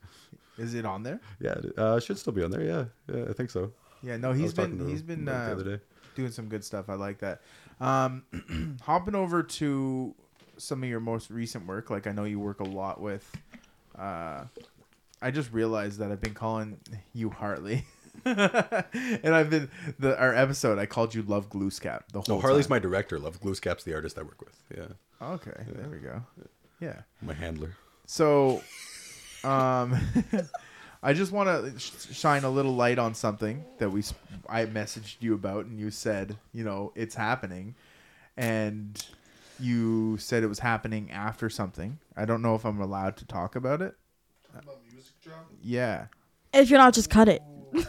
Speaker 1: Is it on there?
Speaker 2: Yeah, it uh, should still be on there. Yeah, yeah, I think so.
Speaker 1: Yeah. No,
Speaker 2: I
Speaker 1: he's
Speaker 2: was talking
Speaker 1: been,
Speaker 2: to
Speaker 1: he's been,
Speaker 2: Mike
Speaker 1: uh,
Speaker 2: the other day.
Speaker 1: doing some good stuff. I like that. Um, hopping over to some of your most recent work, like I know you work a lot with. Uh, I just realized that I've been calling you Hartley, and I've been the our episode. I called you Love Glooscap the whole.
Speaker 2: No, Oh, Harley's
Speaker 1: time.
Speaker 2: my director. Love Glooscap's the artist I work with. Yeah,
Speaker 1: Okay, there we go. Yeah.
Speaker 2: my handler.
Speaker 1: So, um, I just want to sh- shine a little light on something that we s- I messaged you about, and you said, you know, it's happening, and you said it was happening after something. I don't know if I'm allowed to talk about it.
Speaker 4: Talking about music drop?
Speaker 1: Yeah,
Speaker 3: If you're not, just cut it.
Speaker 4: Ooh,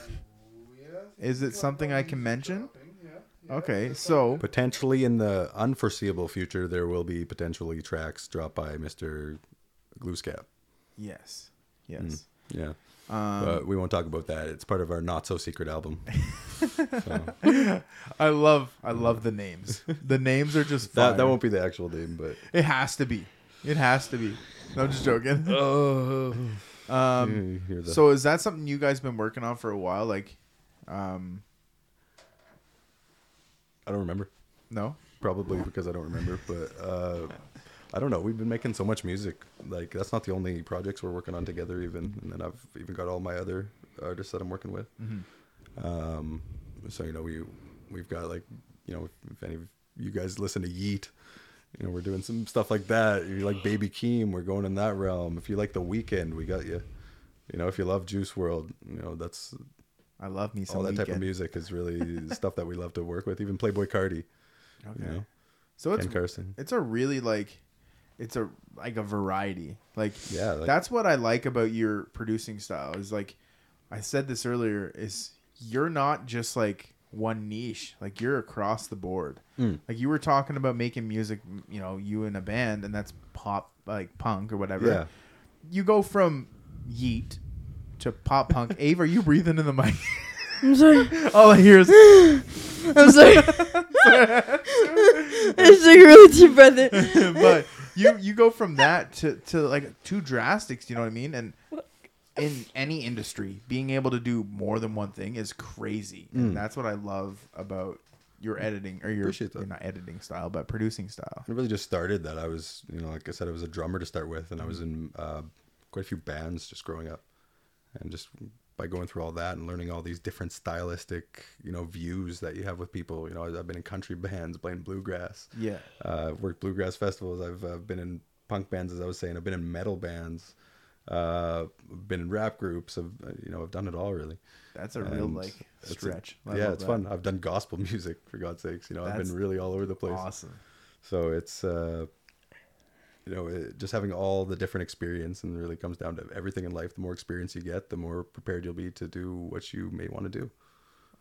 Speaker 4: yeah.
Speaker 1: is it
Speaker 4: Talking
Speaker 1: something
Speaker 4: about
Speaker 1: I can
Speaker 4: music
Speaker 1: mention?
Speaker 4: dropping, yeah, yeah.
Speaker 1: Okay,
Speaker 4: That's
Speaker 1: so
Speaker 2: Potentially in the unforeseeable future, there will be potentially tracks dropped by Mister Glooscap.
Speaker 1: yes, yes.
Speaker 2: Yeah,
Speaker 1: Um,
Speaker 2: but we won't talk about that. It's part of our not so secret album. so
Speaker 1: I love I love the names. The names are just fire.
Speaker 2: Hmm. that that won't be the actual name, but
Speaker 1: It has to be. It has to be. No, I'm just joking.
Speaker 2: oh,
Speaker 1: Um,
Speaker 2: you hear the-
Speaker 1: So is that something you guys been working on for a while? Like, um,
Speaker 2: I don't remember.
Speaker 1: no,
Speaker 2: probably because I don't remember. But uh, I don't know. We've been making so much music. Like that's not the only projects we're working on together. Even and then I've even got all my other artists that I'm working with.
Speaker 1: Mm-hmm.
Speaker 2: Um, so you know we we've got like you know if, if any of you guys listen to Yeet. You know, we're doing some stuff like that. If you like Baby Keem, we're going in that realm. If you like The Weekend, we got you. You know, if you love Juice World, you know that's
Speaker 1: I love me some
Speaker 2: all that type of
Speaker 1: Weeknd.
Speaker 2: music is really stuff that we love to work with. Even Playboy Cardi,
Speaker 1: Okay.
Speaker 2: you know,
Speaker 1: So it's
Speaker 2: Ken Carson.
Speaker 1: it's a really like it's a like a variety. Like
Speaker 2: Yeah, like-
Speaker 1: that's what I like about your producing style is like I said this earlier is you're not just like one niche. Like you're across the board.
Speaker 2: Mm.
Speaker 1: Like you were talking about making music, you know, you in a band and that's pop like punk or whatever.
Speaker 2: Yeah.
Speaker 1: You go from yeet to pop punk. Ave, are you breathing in the mic?
Speaker 3: I'm sorry.
Speaker 1: All I hear is
Speaker 3: I'm sorry. it's like really deep breath in.
Speaker 1: but you you go from that to, to like two drastics, you know what I mean? And in any industry, being able to do more than one thing is crazy. And that's what I love about your editing or your
Speaker 2: Mm. Appreciate that.
Speaker 1: your not editing style, but producing style.
Speaker 2: it really just started that I was, you know, like I said, I was a drummer to start with, and I was in
Speaker 1: Mm-hmm.
Speaker 2: uh, quite a few bands just growing up, and just by going through all that and learning all these different stylistic, you know, views that you have with people. You know, I've been in country bands playing bluegrass.
Speaker 1: Yeah.
Speaker 2: Uh, I've worked bluegrass festivals. I've uh, been in punk bands, as I was saying. I've been in metal bands. Uh, been in rap groups. I've uh, you know I've done it all really.
Speaker 1: That's a real
Speaker 2: And
Speaker 1: like
Speaker 2: it's a-
Speaker 1: stretch. I
Speaker 2: yeah,
Speaker 1: love
Speaker 2: it's
Speaker 1: that.
Speaker 2: fun. I've done gospel music for God's sakes. You know, I've
Speaker 1: That's
Speaker 2: been really all over the place.
Speaker 1: Awesome.
Speaker 2: So it's uh, you know it, just having all the different experience, and it really comes down to everything in life. The more experience you get, the more prepared you'll be to do what you may want to do.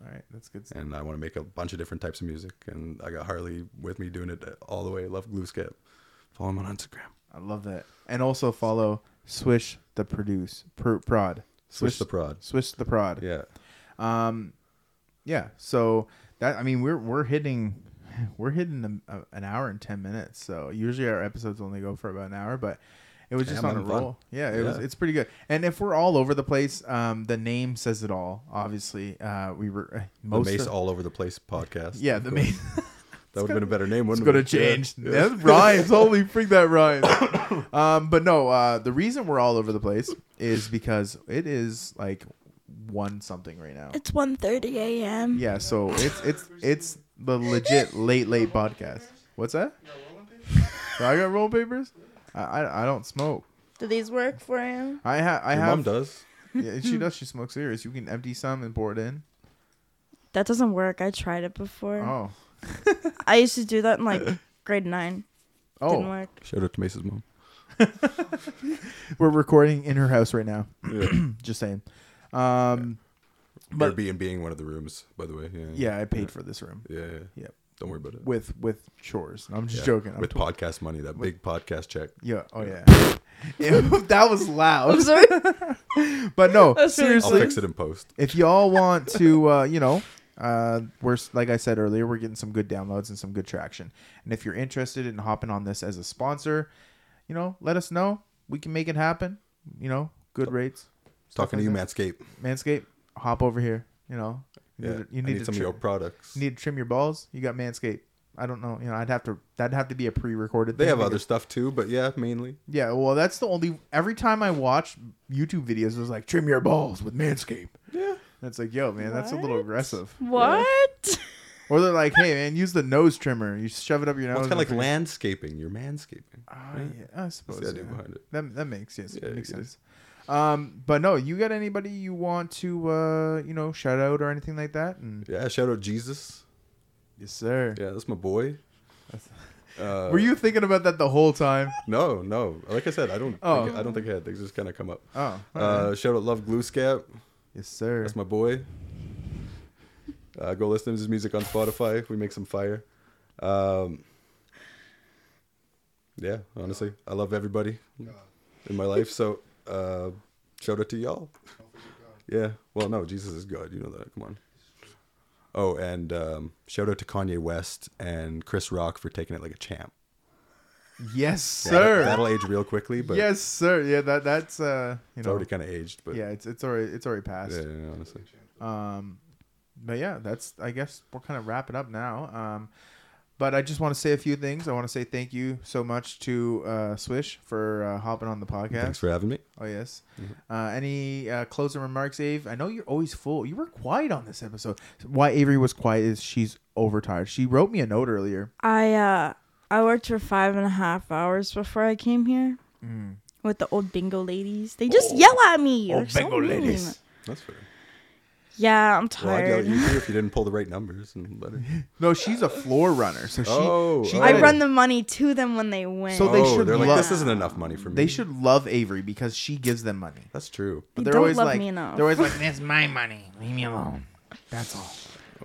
Speaker 1: All right, that's good. stuff.
Speaker 2: And I want to make a bunch of different types of music, and I got Harley with me doing it all the way. Love Glooscap. Follow him on Instagram.
Speaker 1: I love that. And also follow Swish the Produce pr- Prod.
Speaker 2: Switch the prod.
Speaker 1: Swish the Prod.
Speaker 2: Yeah,
Speaker 1: Um, yeah. So that I mean, we're we're hitting we're hitting a, a- an hour and ten minutes. So usually our episodes only go for about an hour, but it was just
Speaker 2: Damn,
Speaker 1: on a
Speaker 2: I'm fun.
Speaker 1: roll. Yeah, it was.
Speaker 2: Yeah.
Speaker 1: It's pretty good. And if we're all over the place, um, the name says it all. Obviously, uh, we were uh, most.
Speaker 2: the Mace
Speaker 1: of-
Speaker 2: All Over the Place podcast.
Speaker 1: yeah, the
Speaker 2: Of
Speaker 1: main.
Speaker 2: course. That would have been a better name.
Speaker 1: It's
Speaker 2: Wouldn't
Speaker 1: gonna
Speaker 2: it? Yeah.
Speaker 1: change. That rhymes. Holy freak, that rhymes. um, but no, uh, the reason we're all over the place is because it is like one something right now.
Speaker 3: It's 1:30 a.m.
Speaker 1: Yeah, so it's it's it's the legit late late podcast. What's that?
Speaker 4: You got rolling papers?
Speaker 1: Do I got roll papers? I I, I don't smoke.
Speaker 3: Do these work for you?
Speaker 1: I ha I
Speaker 2: Your
Speaker 1: have.
Speaker 2: mom does.
Speaker 1: Yeah, she does. She smokes serious. You can empty some and pour it in.
Speaker 3: That doesn't work. I tried it before.
Speaker 1: Oh
Speaker 3: I used to do that in like grade nine. Didn't
Speaker 1: oh,
Speaker 3: work.
Speaker 2: Shout out to Mace's mom.
Speaker 1: we're recording in her house right now.
Speaker 2: Yeah.
Speaker 1: Just saying. Um, But-
Speaker 2: Airbnb being one of the rooms, by the way. Yeah.
Speaker 1: Yeah, I paid for this room
Speaker 2: Yeah. yeah.
Speaker 1: Yep.
Speaker 2: Don't worry about it.
Speaker 1: with with chores. I'm just
Speaker 2: Yeah.
Speaker 1: joking. I'm
Speaker 2: With podcast money, that big podcast check.
Speaker 1: Yeah. Oh yeah. yeah that was loud.
Speaker 3: I'm sorry.
Speaker 1: But no,
Speaker 3: That's really
Speaker 2: I'll
Speaker 1: seriously,
Speaker 2: fix it in post.
Speaker 1: if y'all want to, uh, you know, uh, we're s- like I said earlier, we're getting some good downloads and some good traction. And if you're interested in hopping on this as a sponsor, you know, let us know. We can make it happen. You know, good rates. stuff
Speaker 2: Talking to
Speaker 1: like
Speaker 2: you,
Speaker 1: that.
Speaker 2: Manscaped.
Speaker 1: Manscaped. Hop over here. You know, you
Speaker 2: Yeah.
Speaker 1: need, to- you
Speaker 2: I
Speaker 1: need, to
Speaker 2: some
Speaker 1: trim,
Speaker 2: of your products.
Speaker 1: you need to trim your balls. You got Manscaped. I don't know. You know, I'd have to. That'd have to be a pre-recorded.
Speaker 2: they
Speaker 1: thing
Speaker 2: have
Speaker 1: because-
Speaker 2: other stuff too, but yeah, mainly.
Speaker 1: Yeah, well, that's the only. Every time I watch YouTube videos, it was like trim your balls with Manscaped.
Speaker 2: Yeah.
Speaker 1: And it's like, yo, man, that's a little
Speaker 3: What?
Speaker 1: aggressive.
Speaker 3: What?
Speaker 1: Or they're like, hey, man, use the nose trimmer. You shove it up your nose.
Speaker 2: Well, it's
Speaker 1: and
Speaker 2: kind of like
Speaker 1: figure-
Speaker 2: landscaping. You're manscaping.
Speaker 1: Ah, yeah, I suppose.
Speaker 2: That's the idea
Speaker 1: yeah.
Speaker 2: behind it.
Speaker 1: That that makes yes,
Speaker 2: Yeah,
Speaker 1: makes
Speaker 2: I guess.
Speaker 1: sense. Um, but no, you got anybody you want to uh, you know, shout out or anything like that? And
Speaker 2: Yeah. Shout out Jesus.
Speaker 1: yes, sir.
Speaker 2: Yeah, that's my boy. Uh,
Speaker 1: Were you thinking about that the whole time?
Speaker 2: No, no. Like I said, I don't.
Speaker 1: Oh.
Speaker 2: Think, I don't think I had. Things just kind of come up.
Speaker 1: Oh, alright.
Speaker 2: Uh, shout out Love Glue Scap.
Speaker 1: yes, sir.
Speaker 2: That's my boy. Uh, go listen to his music on Spotify. We make some fire. Um, yeah, honestly, I love everybody in my life. So uh, shout out to y'all. Yeah. Well, no, Jesus is God. You know that. Come on. Oh, and um, shout out to Kanye West and Chris Rock for taking it like a champ.
Speaker 1: yes,
Speaker 2: Yeah, that-
Speaker 1: sir.
Speaker 2: that'll age real quickly, but
Speaker 1: yes, sir. Yeah, that that's uh, you
Speaker 2: it's
Speaker 1: know,
Speaker 2: already kind of aged. But
Speaker 1: yeah, it's it's already it's already
Speaker 2: yeah,
Speaker 1: passed.
Speaker 2: yeah, honestly,
Speaker 1: Um, but yeah, that's I guess we'll kind of wrap it up now. Um, but I just want to say a few things. I want to say thank you so much to uh, Swish for uh, hopping on the podcast.
Speaker 2: thanks for Mm-hmm. having me.
Speaker 1: oh yes. Uh, any uh, closing remarks, Ave? I know you're always full. You were quiet on this episode. Why Avery was quiet is she's overtired. She wrote me a note earlier.
Speaker 3: I uh I worked for five and a half hours before I came here
Speaker 1: Mm.
Speaker 3: with the old bingo ladies. They
Speaker 1: Oh.
Speaker 3: just yell at me. They're so mean.
Speaker 2: That's fair.
Speaker 3: Yeah, I'm
Speaker 2: Well, I'd yell at
Speaker 3: tired.
Speaker 2: you too if you didn't pull the right numbers and letter.
Speaker 1: No, she's a floor runner. So she.
Speaker 2: Oh,
Speaker 1: she
Speaker 2: oh.
Speaker 3: I
Speaker 1: gotta-
Speaker 3: run the money to them when they win.
Speaker 1: So they
Speaker 2: oh,
Speaker 1: should
Speaker 2: they're like,
Speaker 1: love-
Speaker 2: this isn't enough money for me.
Speaker 1: They should love Avery because she gives them money.
Speaker 2: That's true.
Speaker 3: They
Speaker 1: But they're
Speaker 3: don't
Speaker 1: always
Speaker 3: love
Speaker 1: like
Speaker 3: me enough.
Speaker 1: they're always like that's my money. Leave me alone. That's all.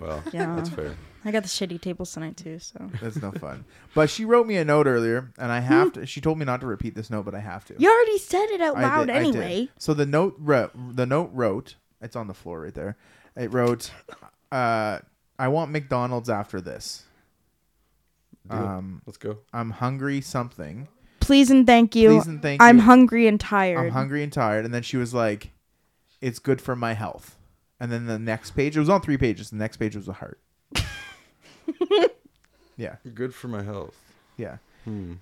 Speaker 2: Well,
Speaker 3: Yeah.
Speaker 2: that's fair.
Speaker 3: I got the shitty tables tonight too, so
Speaker 1: That's no fun. But she wrote me a note earlier, and I have to. She told me not to repeat this note, but I have to.
Speaker 3: you already said it out
Speaker 1: I
Speaker 3: loud
Speaker 1: did- I did.
Speaker 3: anyway.
Speaker 1: So the note wrote. The note wrote. It's on the floor right there. It wrote, uh, "I want McDonald's after this.
Speaker 2: Deal.
Speaker 1: Um,
Speaker 2: Let's go.
Speaker 1: I'm hungry. Something.
Speaker 3: Please and thank you.
Speaker 1: Please and thank
Speaker 3: I'm
Speaker 1: you.
Speaker 3: hungry and tired.
Speaker 1: I'm hungry and tired." And then she was like, "It's good for my health." And then the next page. It was on three pages. The next page was a heart. yeah,
Speaker 2: Good for my health.
Speaker 1: yeah.
Speaker 2: Hmm.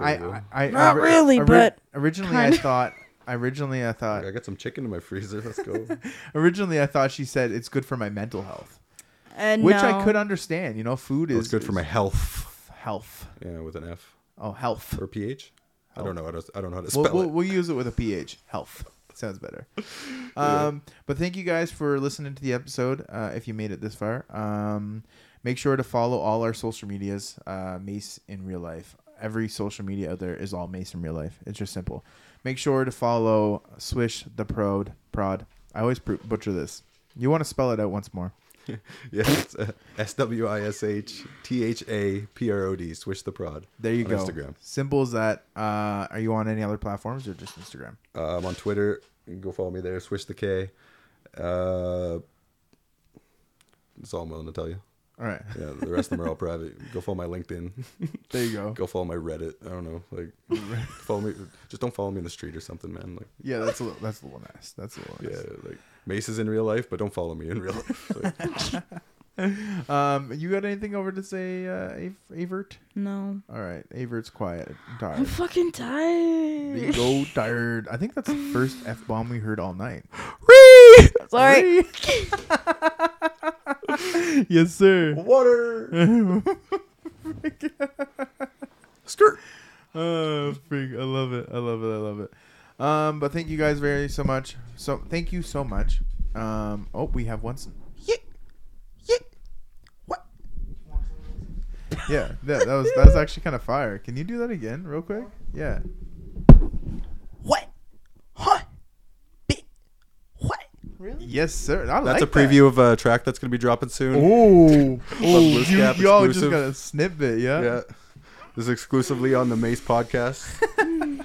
Speaker 1: I,
Speaker 2: Debatable.
Speaker 1: I, I
Speaker 3: Not
Speaker 1: ori-
Speaker 3: really,
Speaker 1: ori-
Speaker 3: but
Speaker 1: originally I
Speaker 3: kinda.
Speaker 1: thought. Originally I thought.
Speaker 2: I got some chicken in my freezer. Let's go.
Speaker 1: Originally I thought she said it's good for my mental health,
Speaker 3: Uh,
Speaker 1: which I
Speaker 3: no.
Speaker 1: could understand. You know, food is
Speaker 2: it's good for my health.
Speaker 1: is health.
Speaker 2: Yeah, with an F
Speaker 1: Oh, health.
Speaker 2: or ph. I don't know. How to, I don't know how to spell
Speaker 1: We'll, we'll,
Speaker 2: it.
Speaker 1: we'll use it with a ph. Health sounds better. Um, but thank you guys for listening to the episode. Uh, if you made it this far, um, make sure to follow all our social medias. Uh, Mace in real life. Every social media out there is all Mace in real life. It's just simple. Make sure to follow Swish the Prod. Prod. I always pr- butcher this. You want to spell it out once more.
Speaker 2: Yeah, it's uh, S W I S H T H A P R O D. Swish the prod.
Speaker 1: There you
Speaker 2: on
Speaker 1: go.
Speaker 2: Instagram.
Speaker 1: Simple as that. Uh, are you on any other platforms or just Instagram?
Speaker 2: Uh, I'm on Twitter. You can go follow me there. Swish the K. Uh, that's all I'm willing to tell you.
Speaker 1: All right.
Speaker 2: Yeah, the rest of them are all private. Go follow my LinkedIn.
Speaker 1: There you go.
Speaker 2: go follow my Reddit. I don't know. Like, follow me. Just don't follow me in the street or something, man. Like,
Speaker 1: Yeah, that's a little. That's a little nice. That's a little nice.
Speaker 2: yeah, like Mace is in real life, but don't follow me in real life. Like,
Speaker 1: Um, you got anything over to say, uh, Av- Avert?
Speaker 3: No.
Speaker 1: All right, Avert's quiet. I'm
Speaker 3: I'm
Speaker 1: tired.
Speaker 3: fucking
Speaker 1: There you
Speaker 3: tired.
Speaker 1: go tired. I think that's the first f bomb we heard all night.
Speaker 3: Sorry.
Speaker 1: yes, sir.
Speaker 2: Water. Skirt.
Speaker 1: Oh, freak. I love it. I love it. I love it. Um, but thank you guys very so much. So thank you so much. Um, oh, we have one. s- Yeah, yeah. What? Yeah, that, that was that was actually kind of fire. Can you do that again, real quick? Yeah.
Speaker 5: What? Huh? Big. What?
Speaker 1: Really? Yes, sir. I
Speaker 2: That's
Speaker 1: like
Speaker 2: a preview of a track that's going to be dropping
Speaker 1: That.
Speaker 2: soon.
Speaker 1: Ooh, Ooh,
Speaker 2: Loose
Speaker 1: you,
Speaker 2: Gap
Speaker 1: y'all just
Speaker 2: exclusive.
Speaker 1: got a snippet,
Speaker 2: Yeah.
Speaker 1: yeah.
Speaker 2: This is exclusively on the Mace podcast.
Speaker 1: I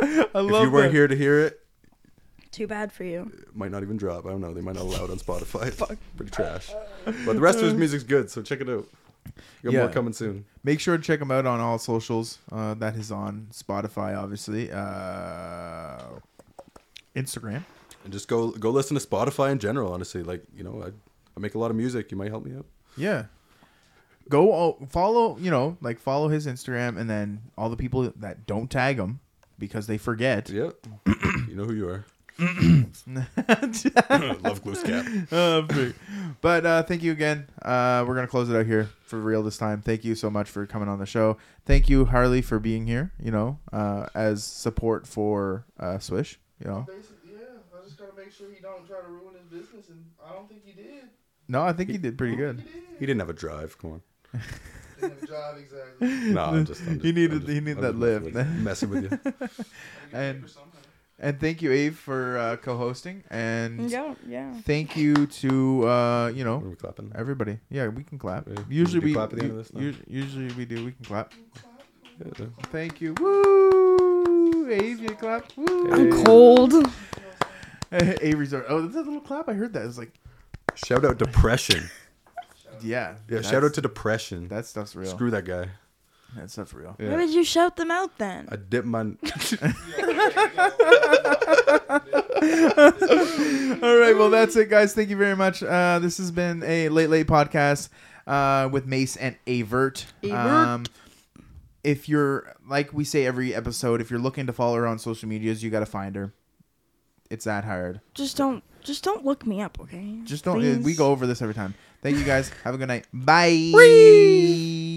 Speaker 2: if
Speaker 1: love
Speaker 2: you
Speaker 1: that.
Speaker 2: weren't here to hear it,
Speaker 3: Too bad for you.
Speaker 2: it might not even drop. I don't know. They might not allow it on Spotify. It's pretty trash. But the rest of his music's good, so check it out. We got
Speaker 1: Yeah.
Speaker 2: more coming soon.
Speaker 1: Make sure to check him out on all socials. Uh, that is on Spotify, obviously. Uh, Instagram.
Speaker 2: And just go go listen to Spotify in general, honestly. Like, you know, I, I make a lot of music. You might help me out.
Speaker 1: Yeah. Go o- follow, you know, like follow his Instagram and then all the people that don't tag him because they forget.
Speaker 2: Yep. you know who you are. Love Glue Scap.
Speaker 1: Uh, freak. but uh, thank you again. Uh, we're gonna close it out here for real this time. Thank you so much for coming on the show. Thank you, Harley, for being here. You know, uh, as support for uh, Swish. You know,
Speaker 4: Basically, yeah. I just gotta make sure he don't try to ruin his business, and I don't think he did.
Speaker 1: no, I think you did pretty
Speaker 4: He
Speaker 1: good.
Speaker 4: did.
Speaker 2: He didn't have a drive. Come on.
Speaker 4: Didn't have a job exactly.
Speaker 2: No, I'm just. I'm just
Speaker 1: He needed-
Speaker 2: I'm just-
Speaker 1: he needed
Speaker 2: I'm
Speaker 1: that
Speaker 2: just
Speaker 1: lift.
Speaker 2: Messing with you. Messing with you.
Speaker 1: And-
Speaker 4: Or something.
Speaker 1: And thank you, Ave, for uh, co-hosting. And
Speaker 3: Yeah, yeah.
Speaker 1: thank you to uh, you know
Speaker 2: What are we clapping?
Speaker 1: Everybody. Yeah, we can clap.
Speaker 2: Yeah.
Speaker 1: Usually
Speaker 2: Do
Speaker 1: we,
Speaker 2: clap at the end
Speaker 1: u-
Speaker 2: of this now?
Speaker 1: u- usually we do. We can clap.
Speaker 2: Yeah.
Speaker 1: Thank you. Woo! Avery clap. Woo!
Speaker 2: I'm
Speaker 1: Hey.
Speaker 3: Cold.
Speaker 1: Avery's our, oh, that's a little clap. I heard that. It's like
Speaker 2: Shout out depression.
Speaker 1: yeah.
Speaker 2: Yeah,
Speaker 1: that's-
Speaker 2: shout out to depression.
Speaker 1: that stuff's real.
Speaker 2: Screw that guy.
Speaker 1: That stuff's real.
Speaker 3: Why would you shout them out then?
Speaker 2: I dip my.
Speaker 1: All right. Well, that's it, guys. Thank you very much. Uh, this has been a late late podcast uh, with Mace and Avert. Um,
Speaker 3: Avert.
Speaker 1: if you're like we say every episode, if you're looking to follow her on social medias, you got to find her. It's that hard.
Speaker 3: Just don't. Just don't look me up, okay?
Speaker 1: Just don't. eh, We
Speaker 3: Please.
Speaker 1: go over this every time. Thank you guys. Have a good night. Bye.